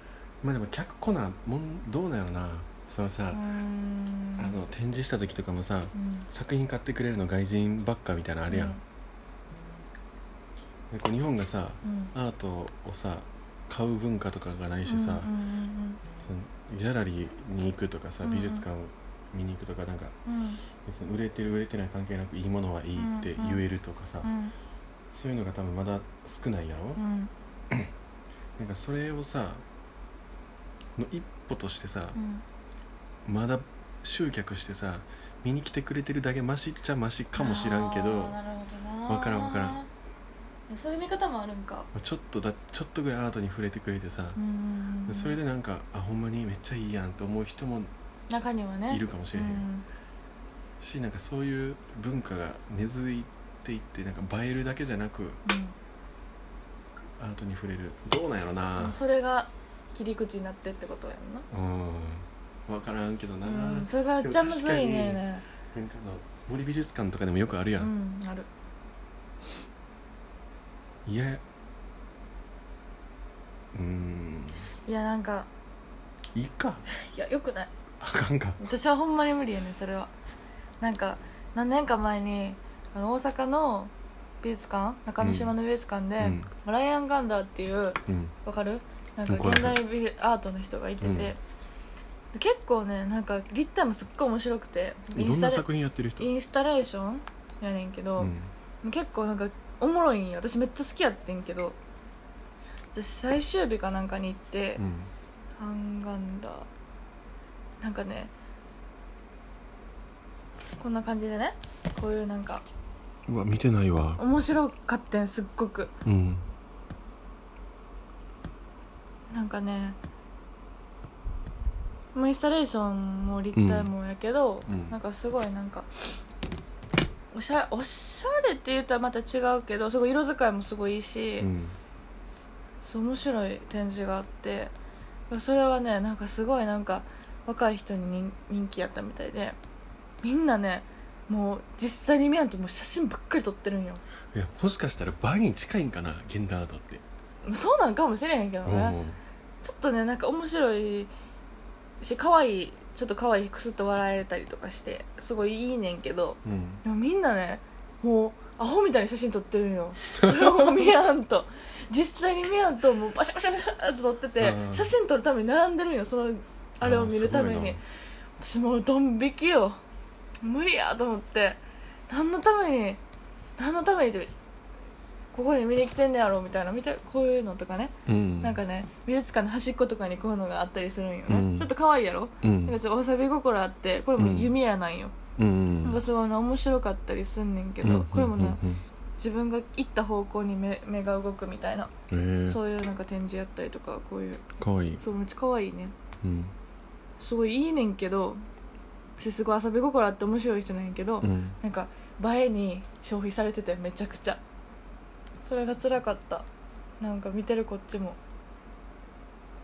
[SPEAKER 1] まあでも客来なもんどうなんやろなそのさ、
[SPEAKER 2] うん
[SPEAKER 1] あの展示した時とかもさ
[SPEAKER 2] うん
[SPEAKER 1] 作品買ってくれるの外人ばっかみたいなのあるやん、でこう日本がさ
[SPEAKER 2] うん
[SPEAKER 1] アートをさ買う文化とかがないしさ、
[SPEAKER 2] うんうん
[SPEAKER 1] そのギャラリーに行くとかさ
[SPEAKER 2] うんう
[SPEAKER 1] 美
[SPEAKER 2] ん
[SPEAKER 1] 術館を見に行くとかなんか
[SPEAKER 2] うんうん
[SPEAKER 1] 別に売れてる売れてない関係なくいいものはいいって言えるとかさ、
[SPEAKER 2] うん
[SPEAKER 1] そういうのが多分まだ少ないやろ、
[SPEAKER 2] うん
[SPEAKER 1] なんかそれをさの一歩としてさ
[SPEAKER 2] う、ん
[SPEAKER 1] まだ集客してさ見に来てくれてるだけマシっちゃマシかもしらんけど
[SPEAKER 2] あーなるほどな
[SPEAKER 1] わからんわからん
[SPEAKER 2] そういう見方もあるんか
[SPEAKER 1] まあちょっとだちょっとぐらいアートに触れてくれてさ
[SPEAKER 2] う、ん
[SPEAKER 1] それでなんかあほんまにめっちゃいいやんって思う人も
[SPEAKER 2] 中にはね
[SPEAKER 1] いるかもしれへんしなんかそういう文化が根付いていってなんか映えるだけじゃなく
[SPEAKER 2] うんうん
[SPEAKER 1] アートに触れるどうなんやろな
[SPEAKER 2] まあそれが切り口になってってことやんな
[SPEAKER 1] うん分からんけどな、
[SPEAKER 2] うん
[SPEAKER 1] なんか
[SPEAKER 2] それがめっちゃむずい
[SPEAKER 1] で
[SPEAKER 2] ね
[SPEAKER 1] も確かになんかあの森美術館とかでもよくあるや、
[SPEAKER 2] うんんある
[SPEAKER 1] いやうーん
[SPEAKER 2] いやなんか
[SPEAKER 1] いいか
[SPEAKER 2] いやよくない
[SPEAKER 1] あかんか
[SPEAKER 2] 私はほんまに無理やねそれはなんか何年か前にあの大阪の美術館中之島の美術館で、
[SPEAKER 1] うん
[SPEAKER 2] ライアン・ガンダーっていう
[SPEAKER 1] うん
[SPEAKER 2] わかるなんか
[SPEAKER 1] わかる
[SPEAKER 2] 現代美術アートの人がいてて、
[SPEAKER 1] うん
[SPEAKER 2] で結構ねなんか立体もすっごい面白くてイン
[SPEAKER 1] どん
[SPEAKER 2] スタ
[SPEAKER 1] な
[SPEAKER 2] レ
[SPEAKER 1] 作品やってる人
[SPEAKER 2] インスタレーションやねんけど、
[SPEAKER 1] うん
[SPEAKER 2] 結構なんかおもろいんよ私めっちゃ好きやってんけど私最終日かなんかに行って、
[SPEAKER 1] うん
[SPEAKER 2] ハンガンダなんかねこんな感じでねこういうなんか
[SPEAKER 1] うわ見てないわ
[SPEAKER 2] 面白かったんすっごく
[SPEAKER 1] うん
[SPEAKER 2] なんかねもうインスタレーションも立体もやけど、
[SPEAKER 1] うん
[SPEAKER 2] なんかすごいなんかおしゃおしゃれって言ったらまた違うけどすごい色使いもすごいいいし、
[SPEAKER 1] うん
[SPEAKER 2] そう面白い展示があってそれはねなんかすごいなんか若い人に人人気やったみたいでみんなねもう実際に見やんともう写真ばっかり撮ってるんよ
[SPEAKER 1] いやもしかしたら倍に近いんかな現代アートって、
[SPEAKER 2] そうなんかもしれへんけど
[SPEAKER 1] う
[SPEAKER 2] ね
[SPEAKER 1] ん
[SPEAKER 2] ちょっとねなんか面白いし可愛いちょっと可愛いくすっと笑えたりとかしてすごいいいねんけど
[SPEAKER 1] うん
[SPEAKER 2] でもみんなねもうアホみたいに写真撮ってる んよそれを見やんと実際に見やんともうバシャバシャバシャって撮ってて
[SPEAKER 1] うん
[SPEAKER 2] 写真撮るために並んでるんよそのあれを見るために私もうドン引きよ無理やと思って何のために何のためにってここに見に来てんねやろみたいな見てこういうのとかね、
[SPEAKER 1] うん
[SPEAKER 2] なんかね美術館の端っことかにこういうのがあったりするんよね、
[SPEAKER 1] うん
[SPEAKER 2] ちょっと可愛いやろ、
[SPEAKER 1] う
[SPEAKER 2] なんか
[SPEAKER 1] ん
[SPEAKER 2] ちょっとわさび心あってこれも弓矢なんよ、
[SPEAKER 1] うん
[SPEAKER 2] なんかすごいね面白かったりすんねんけど、これもね、
[SPEAKER 1] うん
[SPEAKER 2] 自分が行った方向に目目が動くみたいな、
[SPEAKER 1] うんうんへえ
[SPEAKER 2] そういうなんか展示やったりとかこういう
[SPEAKER 1] かわいい、
[SPEAKER 2] そうめっちゃ可愛いね
[SPEAKER 1] うん
[SPEAKER 2] すごいいいねんけど私すごい遊び心あって面白い人なんやけど、
[SPEAKER 1] うん、
[SPEAKER 2] なんか映えに消費されててめちゃくちゃそれが辛かったなんか見てるこっちも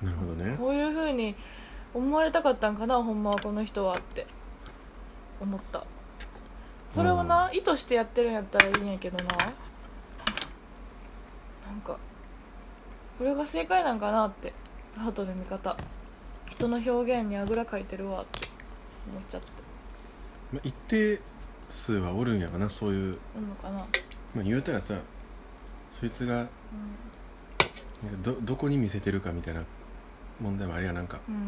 [SPEAKER 1] なるほどね
[SPEAKER 2] こういう風に思われたかったんかなほんまはこの人はって思ったそれをな意図してやってるんやったらいいんやけどななんかこれが正解なんかなってアートの見方人の表現にあぐらかいてるわって思っちゃって
[SPEAKER 1] まあ、一定数はおるんやろなそういう、
[SPEAKER 2] 思うのかな、
[SPEAKER 1] まあ、言うたらさそいつがなんかどどこに見せてるかみたいな問題もあれやなんか
[SPEAKER 2] うん、うん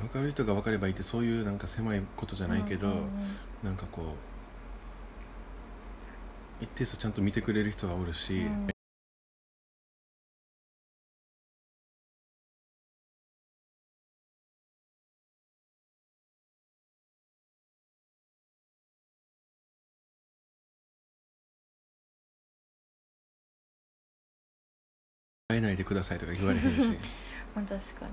[SPEAKER 1] 分かる人が分かればいいってそういうなんか狭いことじゃないけど、
[SPEAKER 2] うんうんうん
[SPEAKER 1] なんかこう一定数ちゃんと見てくれる人がおるし、
[SPEAKER 2] うん
[SPEAKER 1] 会えないでくださいとか言われへん し
[SPEAKER 2] まあ確かに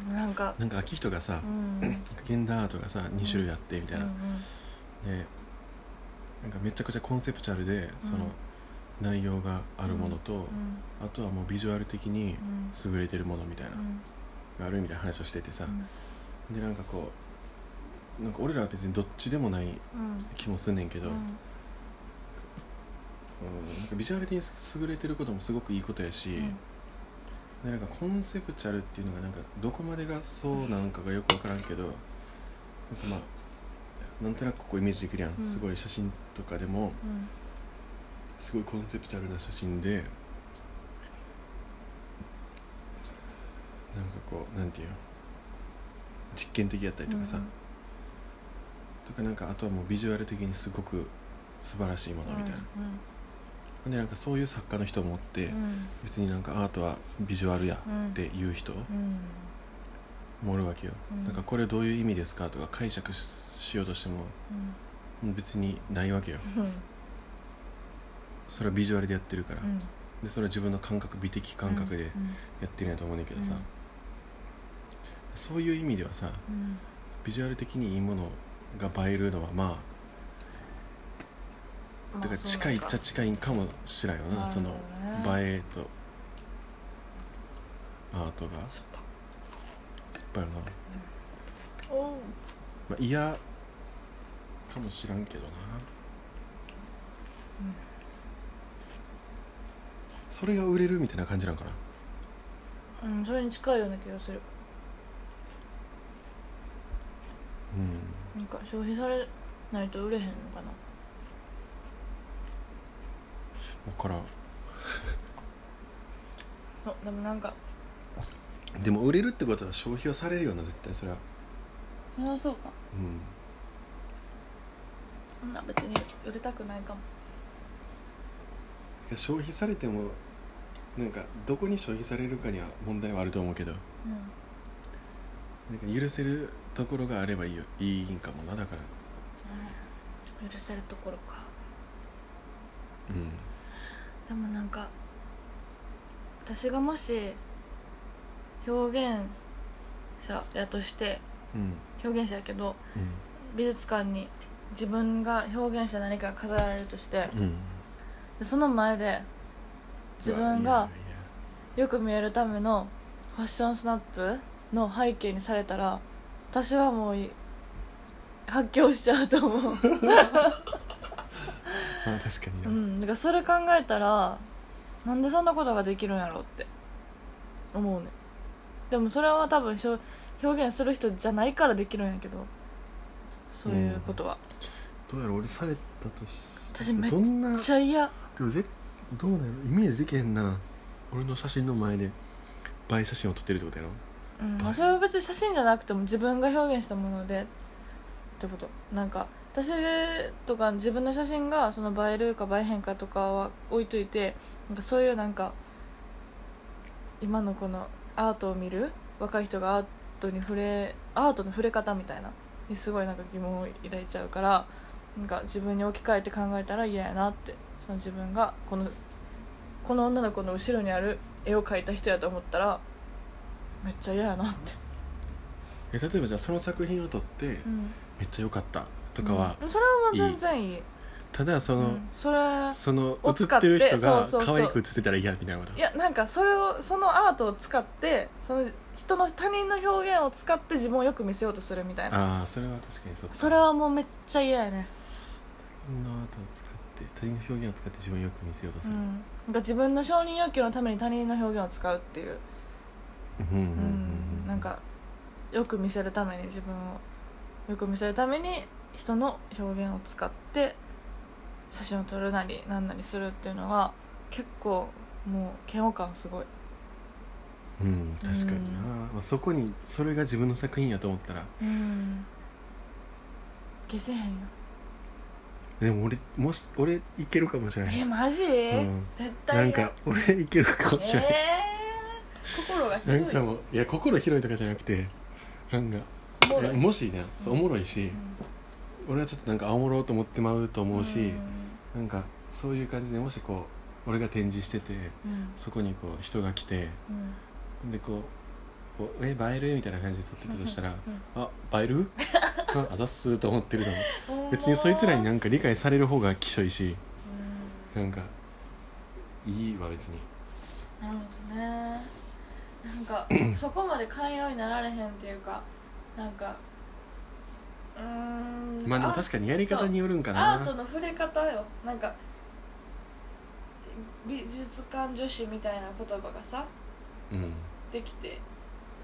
[SPEAKER 2] でもなんか
[SPEAKER 1] なんか秋人がさ、
[SPEAKER 2] うんうん
[SPEAKER 1] 現代アートがさ2種類あってみたいな、
[SPEAKER 2] うんうん
[SPEAKER 1] でなんかめちゃくちゃコンセプチュアルでその
[SPEAKER 2] うん
[SPEAKER 1] 内容があるものと、
[SPEAKER 2] うん
[SPEAKER 1] あとはもうビジュアル的に
[SPEAKER 2] うん
[SPEAKER 1] 優れてるものみたいな、
[SPEAKER 2] うん
[SPEAKER 1] があるみたいな話をしててさ、
[SPEAKER 2] う
[SPEAKER 1] でなんかこうなんか俺らは別にどっちでもない
[SPEAKER 2] ん
[SPEAKER 1] 気もすんねんけど、
[SPEAKER 2] う
[SPEAKER 1] うん
[SPEAKER 2] ん
[SPEAKER 1] なんかビジュアル的に優れてることもすごくいいことやし、
[SPEAKER 2] うん
[SPEAKER 1] でなんかコンセプチュアルっていうのがなんかどこまでがそうなんかがよく分からんけどなんかまあなんとなくこうイメージできるやん、
[SPEAKER 2] うん
[SPEAKER 1] すごい写真とかでも
[SPEAKER 2] うん
[SPEAKER 1] すごいコンセプチュアルな写真でなんかこうなんていうの実験的やったりとかさ、とかなんかあとはもうビジュアル的にすごく素晴らしいものみたいな、
[SPEAKER 2] うん
[SPEAKER 1] ほんでなんかそういう作家の人もおって、
[SPEAKER 2] うん
[SPEAKER 1] 別になんかアートはビジュアルや
[SPEAKER 2] うん
[SPEAKER 1] っていう人
[SPEAKER 2] うん
[SPEAKER 1] もおるわけよ、
[SPEAKER 2] うん
[SPEAKER 1] なんかこれどういう意味ですかとか解釈ししようとしても
[SPEAKER 2] うん
[SPEAKER 1] もう別にないわけよ
[SPEAKER 2] うん
[SPEAKER 1] それはビジュアルでやってるから、
[SPEAKER 2] うん
[SPEAKER 1] でそれは自分の感覚美的感覚でやってるんやと思うねんだけどさ、
[SPEAKER 2] うん
[SPEAKER 1] そういう意味ではさ
[SPEAKER 2] うん
[SPEAKER 1] ビジュアル的にいいものが映えるのはま
[SPEAKER 2] う
[SPEAKER 1] あ
[SPEAKER 2] ん
[SPEAKER 1] だから近いっちゃ近いんかもしれんよな、
[SPEAKER 2] まあ
[SPEAKER 1] そ
[SPEAKER 2] そうだ
[SPEAKER 1] の
[SPEAKER 2] ね
[SPEAKER 1] 映えとアートが
[SPEAKER 2] しょっ
[SPEAKER 1] 酸っぱいよな、
[SPEAKER 2] ぱおう
[SPEAKER 1] まあ、嫌かもしらんけどな、
[SPEAKER 2] うん
[SPEAKER 1] それが売れるみたいな感じなんかな
[SPEAKER 2] うんそれに近いような気がする
[SPEAKER 1] う
[SPEAKER 2] なんか消費されないと売れへんのかなん
[SPEAKER 1] 分からん
[SPEAKER 2] そうでもなんか
[SPEAKER 1] でも売れるってことは消費はされるよな絶対それは
[SPEAKER 2] それはそうか
[SPEAKER 1] うん
[SPEAKER 2] そんな別に売れたくないかも
[SPEAKER 1] 消費されてもなんかどこに消費されるかには問題はあると思うけど
[SPEAKER 2] う
[SPEAKER 1] な
[SPEAKER 2] ん
[SPEAKER 1] んか許せるところがあればいいよいいんかもなだから
[SPEAKER 2] 許せるところか
[SPEAKER 1] うん
[SPEAKER 2] でもなんか私がもし表現者やとして
[SPEAKER 1] うん
[SPEAKER 2] 表現者やけど
[SPEAKER 1] うん
[SPEAKER 2] 美術館に自分が表現した何かが飾られるとして
[SPEAKER 1] うん
[SPEAKER 2] でその前で自分
[SPEAKER 1] う
[SPEAKER 2] が
[SPEAKER 1] わいやいや
[SPEAKER 2] よく見えるためのファッションスナップの背景にされたら私はもうい発狂しちゃうと 思う、
[SPEAKER 1] まあ確かに
[SPEAKER 2] う
[SPEAKER 1] な、
[SPEAKER 2] ん、だからそれ考えたらなんでそんなことができるんやろうって思うねでもそれは多分しょ表現する人じゃないからできるんやけどそういうことは、
[SPEAKER 1] どうやら俺されたとし
[SPEAKER 2] 私めっ
[SPEAKER 1] どんな
[SPEAKER 2] ちゃ嫌
[SPEAKER 1] でもぜどうなのイメージできへんな俺の写真の前で映え写真を撮ってるってことやろ
[SPEAKER 2] うんまあ、それは別に写真じゃなくても自分が表現したものでってことなんか私とか自分の写真がその映えるか映えへんかとかは置いといてなんかそういうなんか今のこのアートを見る若い人がアートに触れアートの触れ方みたいなにすごいなんか疑問を抱いちゃうからなんか自分に置き換えて考えたら嫌やなってその自分がこのこの女の子の後ろにある絵を描いた人やと思ったらめっちゃ嫌やなって
[SPEAKER 1] え例えばじゃあその作品を撮って
[SPEAKER 2] うん
[SPEAKER 1] めっちゃ良かったとかは、
[SPEAKER 2] うんそれはもう全然いい
[SPEAKER 1] ただそ
[SPEAKER 2] うん
[SPEAKER 1] の、
[SPEAKER 2] それ
[SPEAKER 1] その
[SPEAKER 2] を
[SPEAKER 1] 写
[SPEAKER 2] 使
[SPEAKER 1] っ
[SPEAKER 2] って
[SPEAKER 1] てる人が
[SPEAKER 2] そうそうそ
[SPEAKER 1] 可
[SPEAKER 2] う
[SPEAKER 1] 愛く写ってたら嫌みたいなこと
[SPEAKER 2] いやなんかそれをそのアートを使ってその人の他人の表現を使って自分をよく見せようとするみたいな
[SPEAKER 1] ああそれは確かにそう
[SPEAKER 2] それはもうめっちゃ嫌やね
[SPEAKER 1] 他人のアートを使って他人の表現を使って自分をよく見せようと
[SPEAKER 2] う
[SPEAKER 1] する
[SPEAKER 2] んなんか自分の承認欲求のために他人の表現を使うっていう
[SPEAKER 1] うんうん
[SPEAKER 2] うんなんかよく見せるために自分をよく見せるために人の表現を使って写真を撮るなりなんなりするっていうのが結構もう嫌悪感すごい
[SPEAKER 1] うん確かにな、まあ、そこにそれが自分の作品やと思ったら
[SPEAKER 2] うん消せへんよ
[SPEAKER 1] でも俺もし俺いけるかもしれない
[SPEAKER 2] えマジ、
[SPEAKER 1] ん
[SPEAKER 2] 絶対
[SPEAKER 1] な
[SPEAKER 2] 嫌
[SPEAKER 1] んか俺いけるかもしれない、
[SPEAKER 2] えー、心が
[SPEAKER 1] なんかもういや心広いとかじゃなくてなんか
[SPEAKER 2] おもろい
[SPEAKER 1] いやもしねそうおもろいし、俺はちょっとなんかあおもろうと思ってまうと
[SPEAKER 2] うん
[SPEAKER 1] 思うし、
[SPEAKER 2] ん
[SPEAKER 1] なんかそういう感じでもしこう俺が展示してて
[SPEAKER 2] うん
[SPEAKER 1] そこにこう人が来て
[SPEAKER 2] うん
[SPEAKER 1] でこうこう「え映える?」みたいな感じで撮ってたとしたら
[SPEAKER 2] うん
[SPEAKER 1] 「あ映える? 」あざっすーと思ってると思う別にそいつらに
[SPEAKER 2] うん
[SPEAKER 1] なんか理解される方がきしょいしなんかいいわ別に
[SPEAKER 2] なるほどねなんか そこまで寛容になられへんっていうかなんかうーん
[SPEAKER 1] まあでも確かにやり方によるんか
[SPEAKER 2] アート
[SPEAKER 1] な
[SPEAKER 2] の触れ方よなんか美術館女子みたいな言葉がさ
[SPEAKER 1] うん
[SPEAKER 2] できて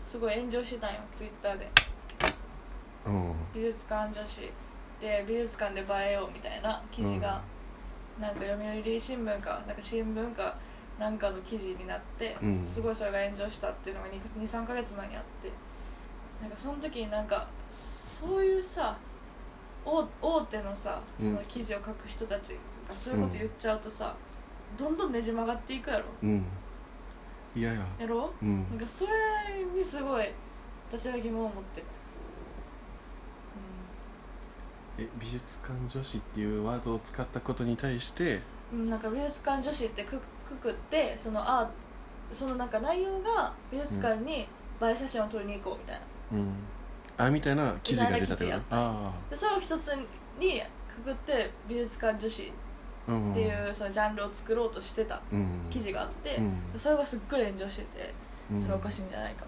[SPEAKER 2] すごい炎上してたんよツイッターで
[SPEAKER 1] うん
[SPEAKER 2] 美術館女子で美術館で映えようみたいな記事が、なんか読売新聞かなんか新聞かなんかの記事になって、
[SPEAKER 1] うん
[SPEAKER 2] すごいそれが炎上したっていうのが23か月前にあってなんかその時になんかそういうさ大大手のさ
[SPEAKER 1] う
[SPEAKER 2] そ
[SPEAKER 1] ん
[SPEAKER 2] の記事を書く人たちがそういうこと言っちゃうとさ、どんどんねじ曲がっていくやろ
[SPEAKER 1] うん嫌や
[SPEAKER 2] やろ
[SPEAKER 1] う
[SPEAKER 2] なん
[SPEAKER 1] ん
[SPEAKER 2] かそれにすごい私は疑問を持ってる、うん
[SPEAKER 1] え美術館女子っていうワードを使ったことに対して
[SPEAKER 2] うんなんか美術館女子ってくくくってそのあそのなんか内容が美術館に映え写真を撮りに行こうみたいな
[SPEAKER 1] うんあみたいな記事が出たってこ
[SPEAKER 2] み
[SPEAKER 1] と
[SPEAKER 2] た
[SPEAKER 1] あ
[SPEAKER 2] いな記
[SPEAKER 1] あ
[SPEAKER 2] でそれを一つにくくって美術館女子っ
[SPEAKER 1] ーうん
[SPEAKER 2] ていうそのジャンルを作ろうとしてた
[SPEAKER 1] うん
[SPEAKER 2] 記事があって、
[SPEAKER 1] うん
[SPEAKER 2] それがすっごい炎上しててそれおかしいんじゃないか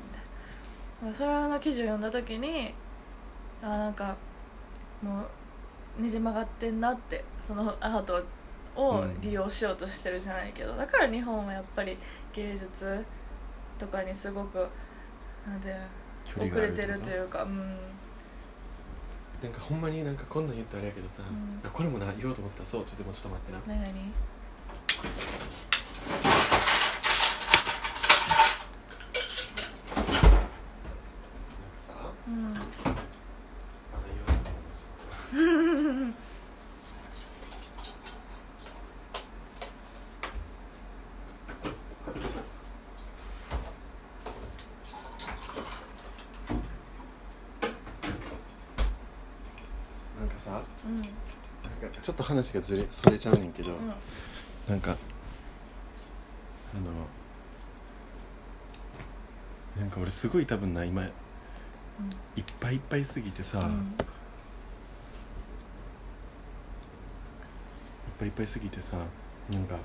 [SPEAKER 2] みたいな、それの記事を読んだ時にあなんかもうねじ曲がってんなってそのアートを
[SPEAKER 1] うん
[SPEAKER 2] 利用しようとしてるじゃないけど、だから日本はやっぱり芸術とかにすごくなんて
[SPEAKER 1] 距離
[SPEAKER 2] 遅
[SPEAKER 1] があ
[SPEAKER 2] れ
[SPEAKER 1] るって
[SPEAKER 2] ると
[SPEAKER 1] て
[SPEAKER 2] いうかうん
[SPEAKER 1] なんかほんまになんかこんなん言ったらあれやけどさ、
[SPEAKER 2] うん
[SPEAKER 1] あこれもな言おうと思ってたそうちょっともうちょっと待ってな
[SPEAKER 2] 何何
[SPEAKER 1] なんかさ
[SPEAKER 2] うん
[SPEAKER 1] まだ言わないと思うんですよなんかさ
[SPEAKER 2] うん
[SPEAKER 1] なんかちょっと話がずれそれちゃうねんけど、
[SPEAKER 2] うん
[SPEAKER 1] なんかなんだろうなんか俺すごい多分な今いっぱいいっぱいすぎてさ、
[SPEAKER 2] う
[SPEAKER 1] いっ
[SPEAKER 2] ん
[SPEAKER 1] ぱいいっぱいすぎてさなんかな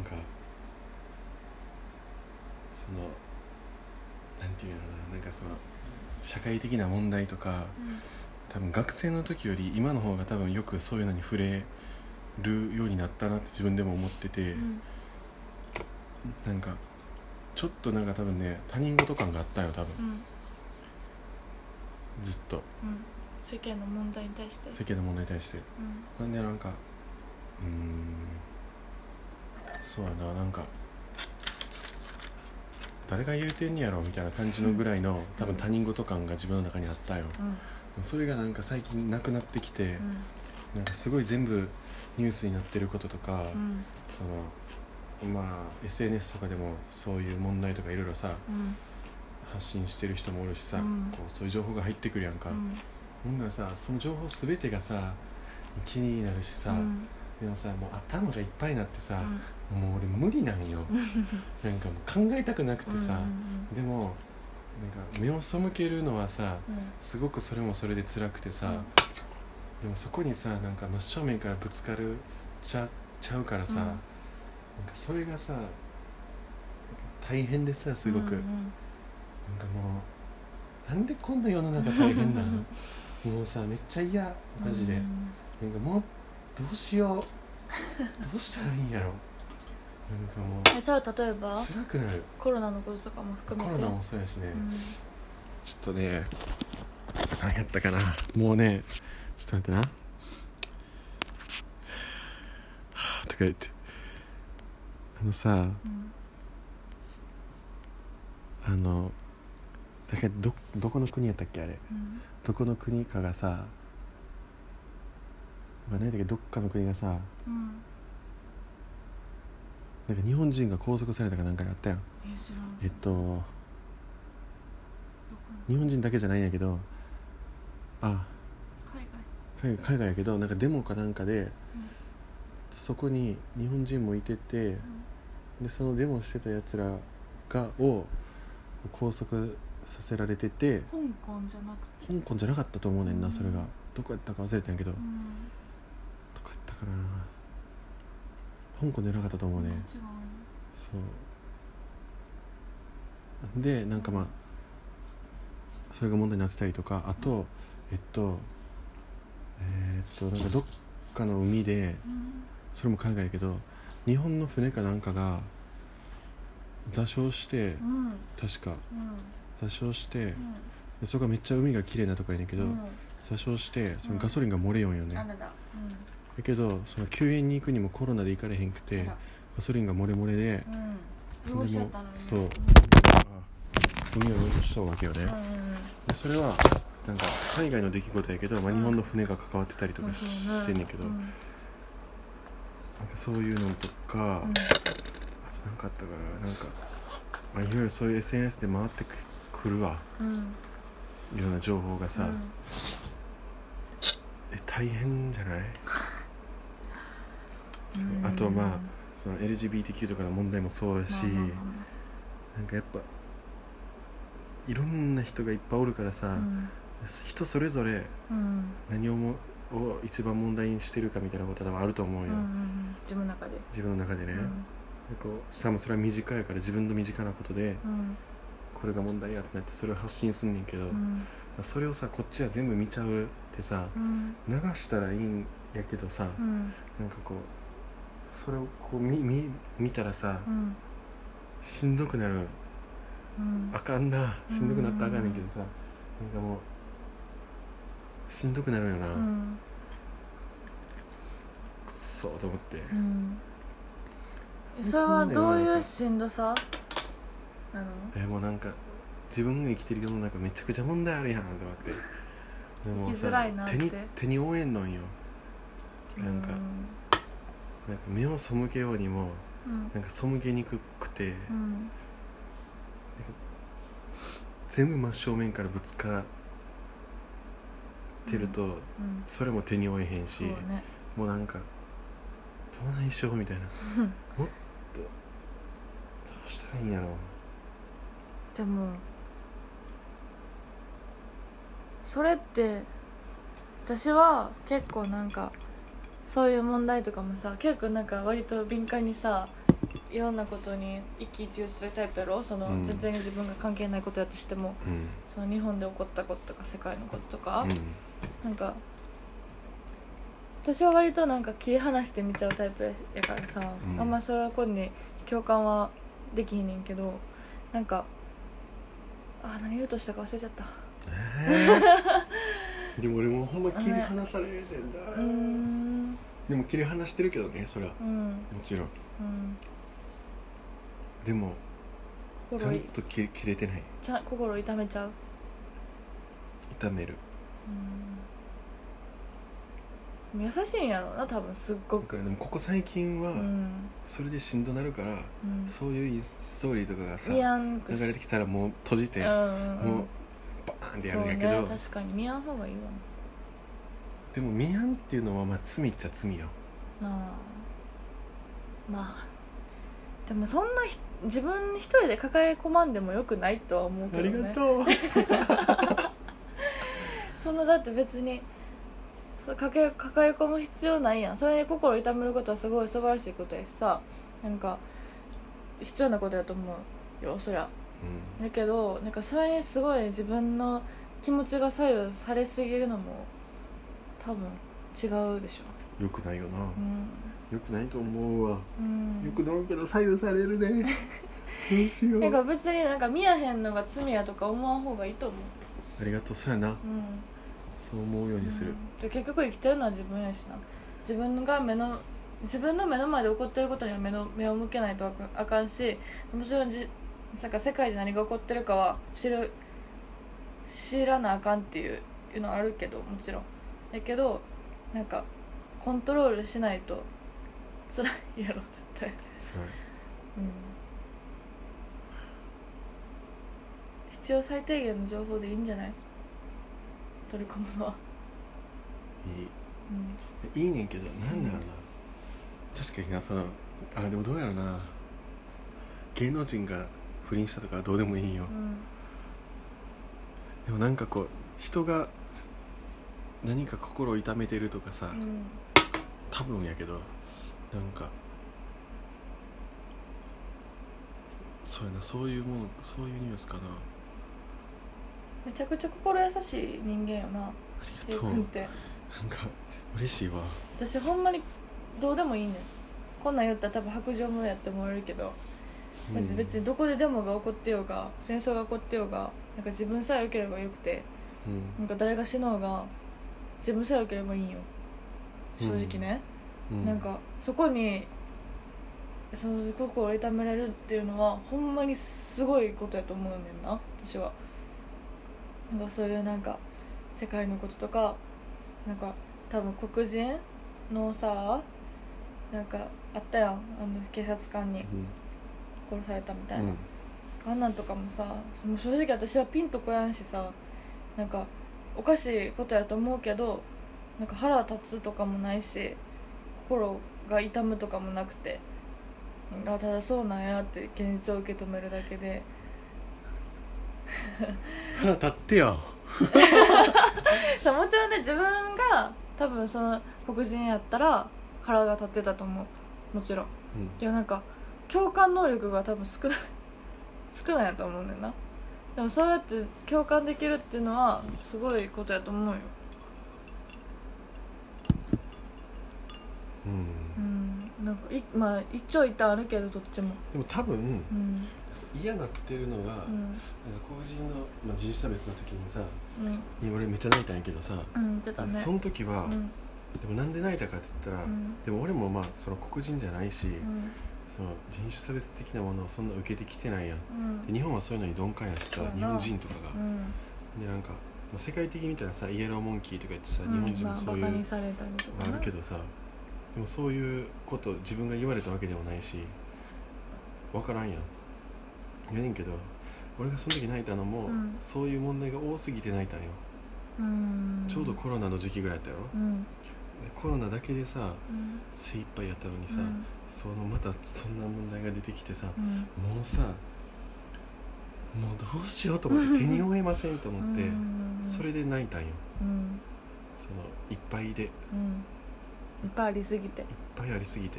[SPEAKER 1] んかそのなんていうのかななんかその社会的な問題とか多分学生の時より今の方が多分よくそういうのに触れるようになったなって自分でも思ってて、
[SPEAKER 2] うん
[SPEAKER 1] なんかちょっとなんか多分ね他人事感があったんよ多分
[SPEAKER 2] うん
[SPEAKER 1] ずっと
[SPEAKER 2] うん世間の問題に対して
[SPEAKER 1] 世間の問題に対して
[SPEAKER 2] うん
[SPEAKER 1] なんでなんかうーんそうやななんか誰が言うてんねやろみたいな感じのぐらいの多分他人事感が自分の中にあったんよ
[SPEAKER 2] うん
[SPEAKER 1] それがなんか最近なくなってきてなんかすごい全部ニュースになってることとか、
[SPEAKER 2] うん
[SPEAKER 1] そのまあ SNS とかでもそういう問題とかいろいろさ
[SPEAKER 2] うん
[SPEAKER 1] 発信してる人もおるしさ、
[SPEAKER 2] うん
[SPEAKER 1] こうそういう情報が入ってくるやんか、
[SPEAKER 2] うん
[SPEAKER 1] ほんならさその情報全てがさ気になるしさ、
[SPEAKER 2] うん
[SPEAKER 1] でもさもう頭がいっぱいになってさ
[SPEAKER 2] う、ん
[SPEAKER 1] もう俺無理なん よなんかもう考えたくなくてさ
[SPEAKER 2] う、ん
[SPEAKER 1] でもなんか目を背けるのはさ
[SPEAKER 2] うんうん
[SPEAKER 1] すごくそれもそれで辛くてさ、
[SPEAKER 2] うん
[SPEAKER 1] でもそこにさなんか真正面からぶつかるちゃちゃうからさ、
[SPEAKER 2] うん
[SPEAKER 1] なんかそれがさなんか大変でさすごく、
[SPEAKER 2] うんうん
[SPEAKER 1] なんかもうなんでこんな世の中大変なの もうさめっちゃ嫌マジで、
[SPEAKER 2] うん
[SPEAKER 1] なんかもうどうしようどうしたらいいんやろなんかもう
[SPEAKER 2] えそれは例えば
[SPEAKER 1] 辛くなる
[SPEAKER 2] コロナのこととかも
[SPEAKER 1] コ
[SPEAKER 2] 含めて
[SPEAKER 1] ロナもそうやしね、
[SPEAKER 2] うん
[SPEAKER 1] ちょっとね何やったかなもうねちょっと待ってなはぁとか言ってあのさ
[SPEAKER 2] うん
[SPEAKER 1] あのだからどどこの国やったっけあれ
[SPEAKER 2] うん
[SPEAKER 1] どこの国かがさまあ何だっけどっかの国がさ
[SPEAKER 2] うん
[SPEAKER 1] なんか日本人が拘束されたかなんかがあったやん
[SPEAKER 2] え知らん
[SPEAKER 1] えっと日本人だけじゃないんやけどあ
[SPEAKER 2] 海外
[SPEAKER 1] 海外海外やけどなんかデモかなんかで、そこに日本人もいてて、でそのデモしてたやつらがをこう拘束させられてて
[SPEAKER 2] 香港じゃなくて
[SPEAKER 1] 香港じゃなかったと思うねんな、
[SPEAKER 2] うん
[SPEAKER 1] それがどこやったか忘れてんやけど、
[SPEAKER 2] うん
[SPEAKER 1] どこやったかな香港じゃなかったと思うね、
[SPEAKER 2] 違うの
[SPEAKER 1] そうでなんかまあそれが問題になってたりとかあとえっとえーっとなんかどっかの海で
[SPEAKER 2] うん
[SPEAKER 1] それも海外やけど日本の船かなんかが座礁して
[SPEAKER 2] うん
[SPEAKER 1] 確か
[SPEAKER 2] うん
[SPEAKER 1] 座礁して
[SPEAKER 2] うん
[SPEAKER 1] でそこがめっちゃ海が綺麗なとこやねんけど、
[SPEAKER 2] うん
[SPEAKER 1] 座礁してそのガソリンが漏れよんよね、
[SPEAKER 2] あ
[SPEAKER 1] だ
[SPEAKER 2] ららう
[SPEAKER 1] けどその救援に行くにもコロナで行かれへんくて
[SPEAKER 2] んあ
[SPEAKER 1] ガ
[SPEAKER 2] ら
[SPEAKER 1] ソリンが漏れ漏れで
[SPEAKER 2] うん汚しちゃったのに
[SPEAKER 1] そう海を残しとうわけよね、
[SPEAKER 2] うん
[SPEAKER 1] でそれはなんか海外の出来事やけど、まあ、
[SPEAKER 2] うん
[SPEAKER 1] 日本の船が関わってたりと
[SPEAKER 2] うんう
[SPEAKER 1] か
[SPEAKER 2] ん
[SPEAKER 1] し
[SPEAKER 2] まあ
[SPEAKER 1] し
[SPEAKER 2] そ
[SPEAKER 1] て
[SPEAKER 2] うね
[SPEAKER 1] んねんけど、
[SPEAKER 2] う
[SPEAKER 1] なん
[SPEAKER 2] ん
[SPEAKER 1] かそういうのとか、
[SPEAKER 2] うん
[SPEAKER 1] あと何かあったかななんか、まあ、いろいろそういう SNS で回ってくくるわ
[SPEAKER 2] うん
[SPEAKER 1] いろんな情報がさ、
[SPEAKER 2] うん
[SPEAKER 1] え大変じゃ ないそうあとまあその LGBTQ とかの問題もそうやし、
[SPEAKER 2] まあまあま
[SPEAKER 1] なんかやっぱいろんな人がいっぱいおるからさ、
[SPEAKER 2] あうん
[SPEAKER 1] 人それぞれ
[SPEAKER 2] うん
[SPEAKER 1] 何をもを一番問題にしてるかみたいなことは多分あると思う
[SPEAKER 2] う
[SPEAKER 1] よ、
[SPEAKER 2] んうん自分の中で
[SPEAKER 1] 自分の中でね、
[SPEAKER 2] う
[SPEAKER 1] なん
[SPEAKER 2] ん
[SPEAKER 1] か多分それは身近やから自分の身近なことで
[SPEAKER 2] うん
[SPEAKER 1] これが問題やってなってそれを発信すんねんけど、
[SPEAKER 2] うん
[SPEAKER 1] それをさこっちは全部見ちゃうってさ
[SPEAKER 2] うん
[SPEAKER 1] 流したらいいんやけどさ、
[SPEAKER 2] うん
[SPEAKER 1] なんかこうそれをこう見見見たらさ、
[SPEAKER 2] うん
[SPEAKER 1] しんどくなる
[SPEAKER 2] うん
[SPEAKER 1] あかんなしんどくなったらあかんねんけどさ、なんかもうしんどくなるよな、
[SPEAKER 2] うん
[SPEAKER 1] くっそーと思って、
[SPEAKER 2] うんそれはどういうしんどさなの
[SPEAKER 1] えもうなんか自分が生きてる世の中めちゃくちゃ問題あるやんと思ってでも
[SPEAKER 2] 生きづらいなって
[SPEAKER 1] 手に手に負えんのんよなんかなんか目を背けようにも
[SPEAKER 2] うん
[SPEAKER 1] なんか背けにくくて、
[SPEAKER 2] うん
[SPEAKER 1] 全部真正面からぶつかってると、
[SPEAKER 2] うん
[SPEAKER 1] それも手に負えへんし、
[SPEAKER 2] そうね
[SPEAKER 1] もうなんかどないしようみ たいな
[SPEAKER 2] うん
[SPEAKER 1] もっとどうしたらいいんやろ
[SPEAKER 2] でもそれって私は結構なんかそういう問題とかもさ結構なんか割と敏感にさいろんなことに一喜一憂するタイプやろその、
[SPEAKER 1] うん
[SPEAKER 2] 全然自分が関係ないことやとしても
[SPEAKER 1] うん
[SPEAKER 2] その日本で起こったこととか世界のこととか、なんか私は割となんか切り離して見ちゃうタイプやからさ、
[SPEAKER 1] うん
[SPEAKER 2] あんまそれは今に共感はできひんねんけどなんかあ何言うとしたか忘れちゃった
[SPEAKER 1] うんでも俺もうほんま切り離されてんだ、
[SPEAKER 2] うーん
[SPEAKER 1] でも切り離してるけどねそれは
[SPEAKER 2] うん
[SPEAKER 1] もちろん
[SPEAKER 2] うん
[SPEAKER 1] でもちゃ
[SPEAKER 2] 心
[SPEAKER 1] ん
[SPEAKER 2] い
[SPEAKER 1] と切れ切れてない
[SPEAKER 2] ちゃん心痛めちゃう
[SPEAKER 1] 痛める
[SPEAKER 2] うん優しいんやろうな多分すっご
[SPEAKER 1] だか
[SPEAKER 2] く
[SPEAKER 1] らでもここ最近
[SPEAKER 2] う
[SPEAKER 1] は
[SPEAKER 2] ん
[SPEAKER 1] それでしんどなるから、
[SPEAKER 2] うん
[SPEAKER 1] そういうインストーリーとかがさ
[SPEAKER 2] 見やんく
[SPEAKER 1] 流れてきたらもう閉じて、
[SPEAKER 2] うんうん
[SPEAKER 1] もうバーンってや
[SPEAKER 2] そ
[SPEAKER 1] る
[SPEAKER 2] うん
[SPEAKER 1] や
[SPEAKER 2] ね
[SPEAKER 1] けど、
[SPEAKER 2] 確かに見やん方がいいわ
[SPEAKER 1] でもミヤンっていうのはまあ罪っちゃ罪よ
[SPEAKER 2] まあまあでもそんなひ自分一人で抱え込まんでもよくないとは思うけどね
[SPEAKER 1] とう
[SPEAKER 2] そんなだって別にそう抱え抱え込む必要ないやんそれに心痛めることはすごい素晴らしいことやしさなんか必要なことやと思うよそりゃ
[SPEAKER 1] う
[SPEAKER 2] だけどなんかそれにすごい自分の気持ちが左右されすぎるのも多分違うでしょ
[SPEAKER 1] ん、よくないよな、
[SPEAKER 2] うん
[SPEAKER 1] よくないと思うわ、
[SPEAKER 2] うん
[SPEAKER 1] よくないけど左右される ねどうしよ
[SPEAKER 2] なん
[SPEAKER 1] う
[SPEAKER 2] か別になんか見やへんのが罪やとか思わん方がいいと思
[SPEAKER 1] ありがとうそうやな
[SPEAKER 2] う、うん、
[SPEAKER 1] そう思うようにする、
[SPEAKER 2] で結局生きてるのは自分やしな自分が目の自分の目の前で起こってることには目の目を向けないとあかあかんしもちろんじなんか世界で何が起こってるかは知る知らなあかんっていういうのはあるけどもちろんやけどなんかコントロールしないと辛いやろ絶
[SPEAKER 1] 辛
[SPEAKER 2] 対
[SPEAKER 1] い
[SPEAKER 2] うん必要最低限の情報でいいんじゃない取り込むのは、う
[SPEAKER 1] いいいいねんけどなんだろうな、確かになそのあでもどうやろうな芸能人が不倫したとかはどうでもいいよ
[SPEAKER 2] んうん、
[SPEAKER 1] でもなんかこう人が何か心を痛めてるとかさ、
[SPEAKER 2] うん、
[SPEAKER 1] 多分やけどなんかそうやなそういうものそういうニュースかなあ
[SPEAKER 2] めちゃくちゃ心優しい人間よな
[SPEAKER 1] り
[SPEAKER 2] 平
[SPEAKER 1] がとう
[SPEAKER 2] 君って
[SPEAKER 1] なんか嬉しいわ
[SPEAKER 2] 私ほんまにどうでもいいねんこんなん言ったら多分白状ものやって思えるけど、マジで別にどこでデモが起こってようが戦争が起こってようがなんか自分さえ良ければよくて
[SPEAKER 1] うん、
[SPEAKER 2] なんか誰が死のうが自分さえ良ければいいんよ正直ね、
[SPEAKER 1] う
[SPEAKER 2] なんかそこにその心を痛められるっていうのはほんまにすごいことやと思うねんな私はなんかそういうなんか世界のこととかなんか多分黒人のさなんかあったやんあの警察官に
[SPEAKER 1] うん
[SPEAKER 2] 殺されたみた
[SPEAKER 1] う
[SPEAKER 2] いな、
[SPEAKER 1] ん
[SPEAKER 2] あんなんとかもさもう正直私はピンとこやんしさなんかおかしいことやと思うけどなんか腹立つとかもないし心が痛むとかもなくてあただそうなんやって現実を受け止めるだけで
[SPEAKER 1] 腹立ってよ
[SPEAKER 2] そうもちろんね自分が多分その黒人やったら腹が立ってたと思うもちろん
[SPEAKER 1] うん
[SPEAKER 2] いやなんか共感能力が多分少ない少ないやと思うねんなでもそうやって共感できるっていうのはすごいことやと思うよ
[SPEAKER 1] うん
[SPEAKER 2] うんなんかいまあ一長一短あるけどどっちも
[SPEAKER 1] でも多分
[SPEAKER 2] うん
[SPEAKER 1] 嫌なってるのが、
[SPEAKER 2] う
[SPEAKER 1] なんか個
[SPEAKER 2] ん
[SPEAKER 1] 人の、まあ、人種差別の時にさ
[SPEAKER 2] うん
[SPEAKER 1] に俺めっちゃ泣いたんやけどさ、
[SPEAKER 2] うん言ってたね
[SPEAKER 1] その時は、
[SPEAKER 2] うん
[SPEAKER 1] でもなんで泣いたかっつったら、
[SPEAKER 2] うん
[SPEAKER 1] でも俺もまあその黒人じゃないし、
[SPEAKER 2] うん
[SPEAKER 1] その人種差別的なものをそんな受けてきてないやん
[SPEAKER 2] うん
[SPEAKER 1] で日本はそういうのに鈍感やしさ
[SPEAKER 2] そうやな
[SPEAKER 1] 日本人とかが、
[SPEAKER 2] うん
[SPEAKER 1] でなんか、まあ、世界的に見たらさイエローモンキーとか言ってさ、
[SPEAKER 2] うん
[SPEAKER 1] 日本人もそういう
[SPEAKER 2] まあ、バカ
[SPEAKER 1] の
[SPEAKER 2] にされたりとか
[SPEAKER 1] あ
[SPEAKER 2] ね
[SPEAKER 1] るけどさでもそういうこと自分が言われたわけでもないし分からんやんやねんけど俺がその時泣いたのも、
[SPEAKER 2] うん
[SPEAKER 1] そういう問題が多すぎて泣いたんよ、
[SPEAKER 2] うん
[SPEAKER 1] ちょうどコロナの時期ぐらいやったやろ、
[SPEAKER 2] うん
[SPEAKER 1] でコロナだけでさ
[SPEAKER 2] うん
[SPEAKER 1] 精一杯やったのにさ、
[SPEAKER 2] うん
[SPEAKER 1] そのまたそんな問題が出てきてさ、
[SPEAKER 2] うん
[SPEAKER 1] もうさもうどうしようと思って手に負えませんと思って、
[SPEAKER 2] うん
[SPEAKER 1] それで泣いたんよ
[SPEAKER 2] うん
[SPEAKER 1] そのいっぱいでいっ
[SPEAKER 2] うんいっぱいありすぎて
[SPEAKER 1] ぱいありすぎて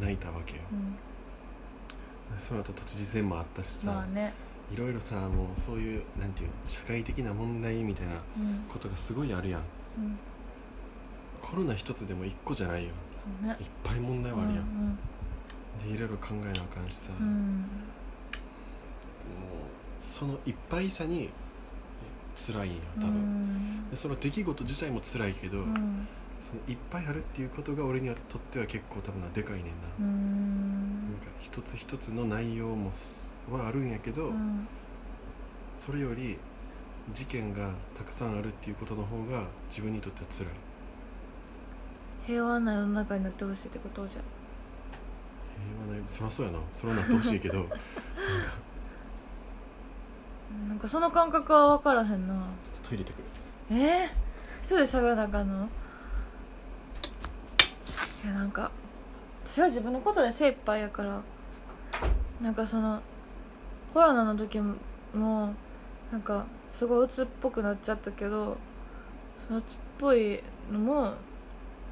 [SPEAKER 1] 泣いたわけよ
[SPEAKER 2] うん
[SPEAKER 1] でその後都知事選もあったしさ、
[SPEAKER 2] まあね
[SPEAKER 1] いろいろさもうそういうなんていうの社会的な問題みたいな
[SPEAKER 2] うん
[SPEAKER 1] ことがすごいあるやん
[SPEAKER 2] うん
[SPEAKER 1] コロナ一つでも一個じゃないよ
[SPEAKER 2] そうね
[SPEAKER 1] いっぱい問題はあるやん、
[SPEAKER 2] ん
[SPEAKER 1] でいろいろ考えなあかんしさ、
[SPEAKER 2] うんう
[SPEAKER 1] もうんそのいっぱいさに辛いんよ多
[SPEAKER 2] う
[SPEAKER 1] 分、
[SPEAKER 2] ん
[SPEAKER 1] でその出来事自体も辛いけど、
[SPEAKER 2] うん
[SPEAKER 1] そのいっぱいあるっていうことが俺にとっては結構多分なでかいねんな、
[SPEAKER 2] うん
[SPEAKER 1] なんか一つ一つの内容もすはあるんやけど、
[SPEAKER 2] うん
[SPEAKER 1] それより事件がたくさんあるっていうことの方が自分にとっては辛い
[SPEAKER 2] 平和な世の中になってほしいってことじゃ
[SPEAKER 1] 平和なそりゃそうやなそらなってほしいけ どなんか
[SPEAKER 2] なんかその感覚は分からへんな
[SPEAKER 1] トイレ行ってくる
[SPEAKER 2] えー、一人で喋らなあかんのいやなんか私は自分のことで精一杯やからなんかそのコロナの時ももなんかすごい鬱っぽくなっちゃったけどその鬱っぽいのもなんか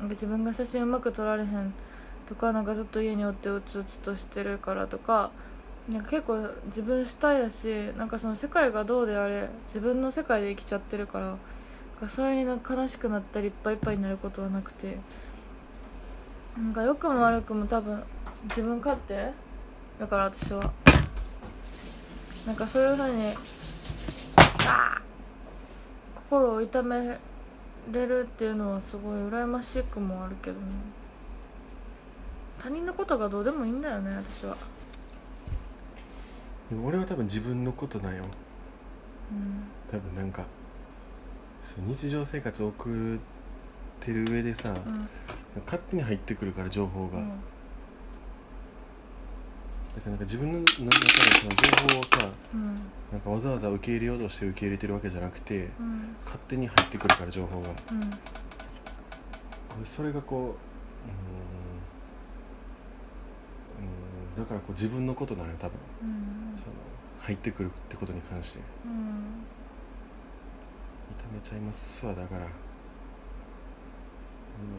[SPEAKER 2] 自分が写真うまく撮られへんとかなんかずっと家におってうつうつとしてるからとかなんか結構自分主体やしなんかその世界がどうであれ自分の世界で生きちゃってるからなんかそれになんか悲しくなったりいっぱいいっぱいになることはなくてなんか良くも悪くも多分自分勝手だから私はなんかそういうふうにあー心を痛めれるっていうのはすごい羨ましくもあるけどね他人のことがどうでもいいんだよね私は。
[SPEAKER 1] でも俺は多分自分のことなんよ
[SPEAKER 2] うん
[SPEAKER 1] 多分なんかそう日常生活を送ってる上でさ、
[SPEAKER 2] うん
[SPEAKER 1] 勝手に入ってくるから情報が、
[SPEAKER 2] うん
[SPEAKER 1] だからなんか自分の中でその情報をさ
[SPEAKER 2] うん
[SPEAKER 1] なんかわざわざ受け入れようとして受け入れてるわけじゃなくて
[SPEAKER 2] うん
[SPEAKER 1] 勝手に入ってくるから情報が
[SPEAKER 2] うん
[SPEAKER 1] それがこううーんうーんだからこう自分のことなのよ多分
[SPEAKER 2] うん
[SPEAKER 1] その入ってくるってことに関して痛
[SPEAKER 2] うん
[SPEAKER 1] めちゃいますわだから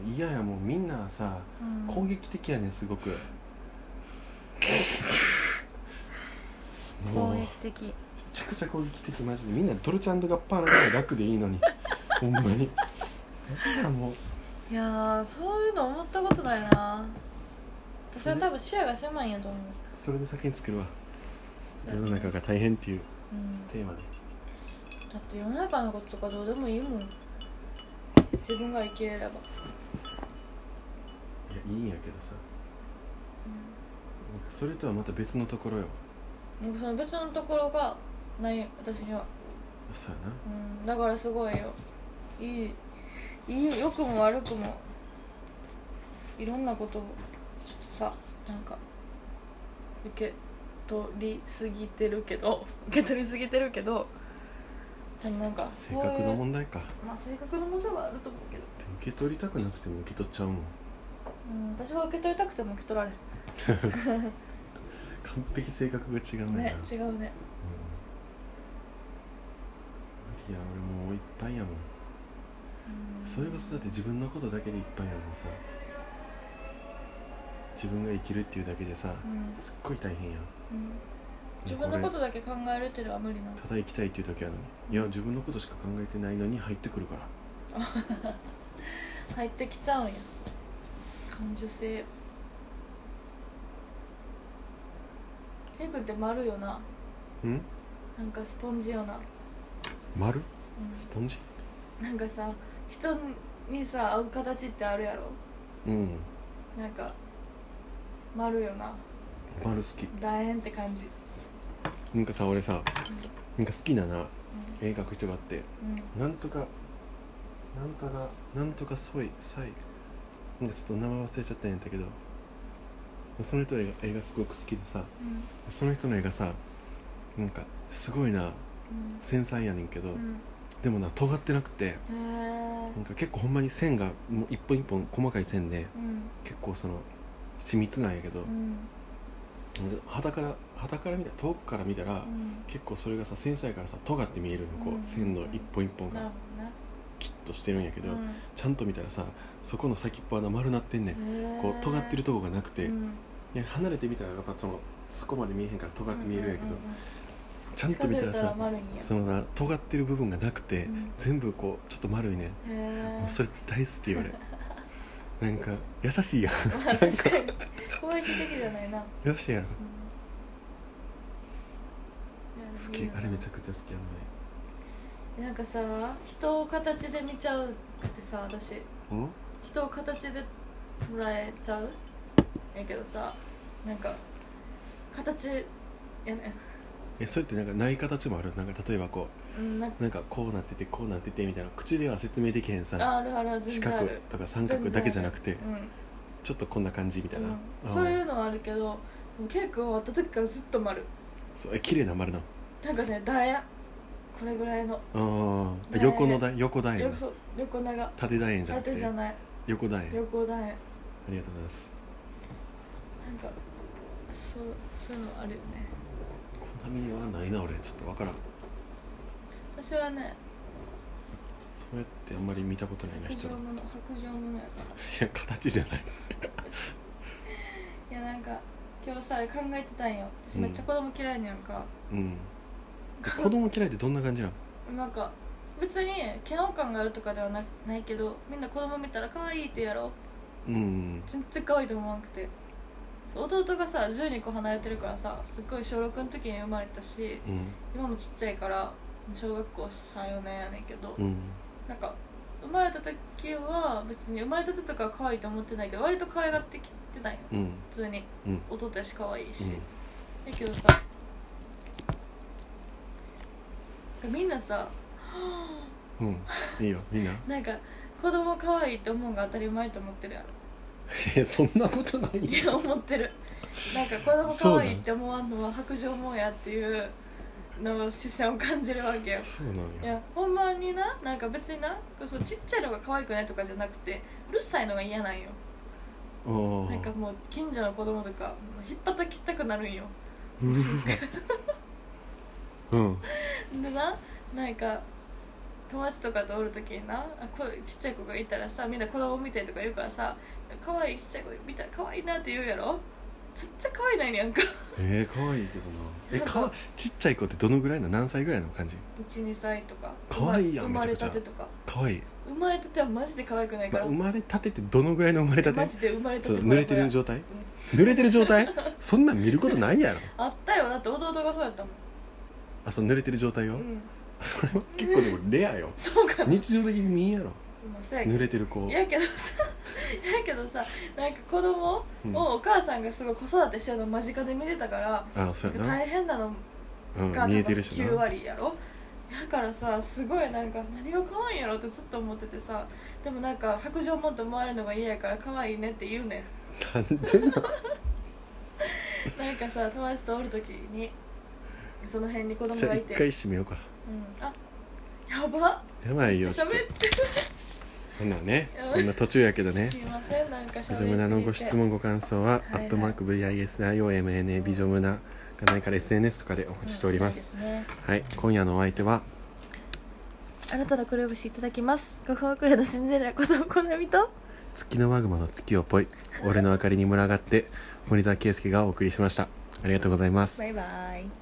[SPEAKER 1] うん嫌やもうみんなさ
[SPEAKER 2] うん
[SPEAKER 1] 攻撃的やねんすごく
[SPEAKER 2] 攻
[SPEAKER 1] もう
[SPEAKER 2] 撃的
[SPEAKER 1] めちゃくちゃ攻撃的マジでみんなドルチャンドガッパーの方が楽でいいの にほんまになんなんもう
[SPEAKER 2] いやーそういうの思ったことないな私は多分視野が狭いんやと思う
[SPEAKER 1] それで先に作るわ
[SPEAKER 2] そう
[SPEAKER 1] 世
[SPEAKER 2] やね
[SPEAKER 1] の中が大変っていう
[SPEAKER 2] うん
[SPEAKER 1] テーマで
[SPEAKER 2] だって世の中のこととかどうでもいいもん自分が生きれれ
[SPEAKER 1] いや
[SPEAKER 2] ば
[SPEAKER 1] いいんやけどさなんかそれとはまた別のところよ
[SPEAKER 2] なんかその別のところがない私には
[SPEAKER 1] あそうやな
[SPEAKER 2] うんだからすごいよいいいい良くも悪くもいろんなことをさなんか受け取りすぎてるけど 受け取りすぎてるけどでもなんか
[SPEAKER 1] 性
[SPEAKER 2] そう
[SPEAKER 1] 格
[SPEAKER 2] い
[SPEAKER 1] の
[SPEAKER 2] う
[SPEAKER 1] 問題かで
[SPEAKER 2] まあ性格の問題はあると思うけど、
[SPEAKER 1] も受け取りたくなくても受け取っちゃうもん
[SPEAKER 2] うん、私は受け取りたくても受け取られへ
[SPEAKER 1] 完璧性格が違うんねんな
[SPEAKER 2] ね
[SPEAKER 1] うん、
[SPEAKER 2] 違うね
[SPEAKER 1] いや俺もういっぱいやもん
[SPEAKER 2] うん
[SPEAKER 1] それこそだって自分のことだけでいっぱいやもんさ自分が生きるっていうだけでさ
[SPEAKER 2] うん
[SPEAKER 1] すっごい大変やん
[SPEAKER 2] うん自分のことだけ考えるっていうのは無理なの
[SPEAKER 1] ただ行きたいっていうだけやのにいや自分のことしか考えてないのに入ってくるから
[SPEAKER 2] 入ってきちゃうんや感受性ペグって丸よなんなんかスポンジよな、
[SPEAKER 1] 丸
[SPEAKER 2] うん
[SPEAKER 1] スポンジ
[SPEAKER 2] なんかさ人にさ合う形ってあるやろ
[SPEAKER 1] うん
[SPEAKER 2] なんか丸よな
[SPEAKER 1] 丸好き
[SPEAKER 2] 楕円って感じ
[SPEAKER 1] なんかさ俺さなんか好きなな絵描く人があって
[SPEAKER 2] うん
[SPEAKER 1] なんとかなんとかなんとかソイサイなんかちょっと名前忘れちゃったんやったけどその人の絵がすごく好きでさ
[SPEAKER 2] うん
[SPEAKER 1] その人の絵がさなんかすごいな
[SPEAKER 2] うん
[SPEAKER 1] 繊細やねんけど、
[SPEAKER 2] うん
[SPEAKER 1] でもな尖ってなくて
[SPEAKER 2] へえ
[SPEAKER 1] なんか結構ほんまに線がもう一本一本細かい線で
[SPEAKER 2] うん
[SPEAKER 1] 結構その緻密なんやけど、
[SPEAKER 2] うん
[SPEAKER 1] 肌から肌から見た遠くから見たら、
[SPEAKER 2] うん
[SPEAKER 1] 結構それがさ繊細やからさ尖って見えるのこう、
[SPEAKER 2] うん
[SPEAKER 1] 線の一本一本
[SPEAKER 2] な
[SPEAKER 1] が
[SPEAKER 2] るほどね
[SPEAKER 1] キッとしてるんやけど、
[SPEAKER 2] うん
[SPEAKER 1] ちゃんと見たらさそこの先っぽはな丸なってんねん、
[SPEAKER 2] へー
[SPEAKER 1] こう尖ってるとこがなくて、
[SPEAKER 2] うん
[SPEAKER 1] で離れてみたらやっぱそのそこまで見えへんから尖って見えるんやけど、
[SPEAKER 2] ううんうん
[SPEAKER 1] ちゃんと見たら
[SPEAKER 2] 近づいたら
[SPEAKER 1] さ
[SPEAKER 2] 丸いんや
[SPEAKER 1] そのな尖ってる部分がなくて、
[SPEAKER 2] うん
[SPEAKER 1] 全部こうちょっと丸いねん
[SPEAKER 2] へ
[SPEAKER 1] も
[SPEAKER 2] ー
[SPEAKER 1] うそれ大好き 俺なんか優しいやん
[SPEAKER 2] まあ確かに攻撃的じゃないな、うん
[SPEAKER 1] 優しいやろ
[SPEAKER 2] いや
[SPEAKER 1] 好き
[SPEAKER 2] いいよな
[SPEAKER 1] あれめちゃくちゃ好きや
[SPEAKER 2] なんかさ人を形で見ちゃうってさ私
[SPEAKER 1] んま
[SPEAKER 2] 人を形で捉えちゃうやけどさなんか形やね
[SPEAKER 1] えそれってなんかない形もあるなんか例えばこ
[SPEAKER 2] うんなんか
[SPEAKER 1] うなんかこうなっててこうなっててみたいな口では説明できへんさ
[SPEAKER 2] ああるある
[SPEAKER 1] 四
[SPEAKER 2] 全然あ
[SPEAKER 1] 角
[SPEAKER 2] る
[SPEAKER 1] とか三角だけじゃなくて
[SPEAKER 2] うん
[SPEAKER 1] ちょっとこんな感じみたいな、
[SPEAKER 2] う
[SPEAKER 1] あ
[SPEAKER 2] ん、
[SPEAKER 1] ー
[SPEAKER 2] そういうのはあるけどでも稽古終わった時からずっと丸
[SPEAKER 1] そうえ綺麗な丸なの
[SPEAKER 2] なんかね楕円これぐらいの
[SPEAKER 1] あー
[SPEAKER 2] ね
[SPEAKER 1] 横のだ横楕円
[SPEAKER 2] よ
[SPEAKER 1] だ
[SPEAKER 2] そ横長
[SPEAKER 1] 縦楕円じゃなく
[SPEAKER 2] 縦じ
[SPEAKER 1] て
[SPEAKER 2] ゃない
[SPEAKER 1] 横楕円
[SPEAKER 2] 横楕円なんか
[SPEAKER 1] ありがとうございます
[SPEAKER 2] そうそういうのあるよね
[SPEAKER 1] こんなにはないな俺ちょっとわからん
[SPEAKER 2] 私はね
[SPEAKER 1] そうやってあんまり見たことないな
[SPEAKER 2] 白
[SPEAKER 1] 人
[SPEAKER 2] 状
[SPEAKER 1] の
[SPEAKER 2] 物白状物やから
[SPEAKER 1] いや形じゃない
[SPEAKER 2] いやなんか今日さ考えてたんよ私
[SPEAKER 1] うん
[SPEAKER 2] めっちゃ子供嫌いなんやんか、
[SPEAKER 1] うん子供嫌いってどんな感じなの
[SPEAKER 2] なんか別に嫌悪感があるとかではなないけどみんな子供見たら可愛いってやろう
[SPEAKER 1] うん
[SPEAKER 2] 全然可愛いと思わなくてそう弟がさ12個離れてるからさすっごい小6の時に生まれたし
[SPEAKER 1] うん
[SPEAKER 2] 今もちっちゃいから小学校34年やねんけど、
[SPEAKER 1] うん
[SPEAKER 2] なんか生まれた時は別に生まれた時とかは可愛いと思ってないけど割と可愛がってきてないよ
[SPEAKER 1] うん
[SPEAKER 2] 普通に
[SPEAKER 1] うん
[SPEAKER 2] 弟やし可愛いし、
[SPEAKER 1] うん
[SPEAKER 2] だけどさみんなさ
[SPEAKER 1] うん、いいよ みんな
[SPEAKER 2] なんか子供可愛いって思うが当たり前と思ってるやろ
[SPEAKER 1] えそんなことない
[SPEAKER 2] いや思っ てるなんか子供可愛いって思わんのは白状もんやっていうの視線を感じるわけよ
[SPEAKER 1] そうなん
[SPEAKER 2] い
[SPEAKER 1] や
[SPEAKER 2] やほんまにななんか別になそうちっちゃいのが可愛くないとかじゃなくてうるさいのが嫌なんよ
[SPEAKER 1] あー
[SPEAKER 2] なんかもう近所の子供とか引っ張ったきたくなるんよ
[SPEAKER 1] うわうん
[SPEAKER 2] でななんか友達とかとおる時になあこうちっちゃい子がいたらさみんな子供みたいとか言うからさ可愛いちっちゃい子見たら可愛いなって言うやろちっちゃ可愛いないねやんか
[SPEAKER 1] えー、可愛いけどなえ
[SPEAKER 2] なんか
[SPEAKER 1] かわちっちゃい子ってどのぐらいの何歳ぐらいの感じ
[SPEAKER 2] 12歳とか
[SPEAKER 1] 可愛いやん
[SPEAKER 2] 生まれ
[SPEAKER 1] めち
[SPEAKER 2] た
[SPEAKER 1] ゃくち
[SPEAKER 2] て
[SPEAKER 1] ゃ
[SPEAKER 2] とか
[SPEAKER 1] 可愛い、
[SPEAKER 2] 生まれたてはマジで可愛くない
[SPEAKER 1] ま
[SPEAKER 2] か
[SPEAKER 1] あ、
[SPEAKER 2] ら、
[SPEAKER 1] 生まれたてってどのぐらいの生まれた
[SPEAKER 2] マ
[SPEAKER 1] て
[SPEAKER 2] ジで生まれた
[SPEAKER 1] そ
[SPEAKER 2] て
[SPEAKER 1] う
[SPEAKER 2] ほや
[SPEAKER 1] 濡れてる状態濡れてる状 態そんなん見ることないやろ
[SPEAKER 2] あったよだって弟がそうやったも
[SPEAKER 1] あそう濡れてる状態よ、
[SPEAKER 2] ん、うん、
[SPEAKER 1] それは結構でもレアよ
[SPEAKER 2] そうかな
[SPEAKER 1] 日常的に見えんやろ
[SPEAKER 2] まあそうやけど
[SPEAKER 1] 濡れてる子
[SPEAKER 2] やけどさ やけどさなんか子供を
[SPEAKER 1] うん
[SPEAKER 2] お母さんがすごい子育てしてるの間近で見てたから、
[SPEAKER 1] あそうやな
[SPEAKER 2] 大変なの
[SPEAKER 1] う
[SPEAKER 2] が
[SPEAKER 1] ん、見えてるし
[SPEAKER 2] 9
[SPEAKER 1] な
[SPEAKER 2] 割やろだからさすごいなんか何が可愛いんやろってずっと思っててさでもなんか白状もんと思われるのが嫌やから可愛いねって言うね
[SPEAKER 1] なんでなん
[SPEAKER 2] なんかさ友達とおる時にその辺に子供
[SPEAKER 1] じゃあ
[SPEAKER 2] がい
[SPEAKER 1] 一
[SPEAKER 2] て、
[SPEAKER 1] 回閉めようか
[SPEAKER 2] うん、あやば
[SPEAKER 1] やばいよちょっと
[SPEAKER 2] 喋って
[SPEAKER 1] ほんならね
[SPEAKER 2] やばい
[SPEAKER 1] こんな途中やけどね
[SPEAKER 2] すいませんなん
[SPEAKER 1] ビ
[SPEAKER 2] か喋
[SPEAKER 1] ジョムナのご
[SPEAKER 2] りすぎ
[SPEAKER 1] 質
[SPEAKER 2] て
[SPEAKER 1] 問ご感想は「
[SPEAKER 2] はいはい
[SPEAKER 1] アットマーク #VISIOMNA ビジョムナ」がないから SNS とかでお待ちしております、
[SPEAKER 2] うんいいですね
[SPEAKER 1] はい今夜のお相手は
[SPEAKER 2] あなたのくるぶしいただきます5分遅れのシンデレラことこなみと
[SPEAKER 1] 月のマグマの月をぽい俺の明かりに群がって森澤圭介がお送りしましたありがとうございます
[SPEAKER 2] バイバイ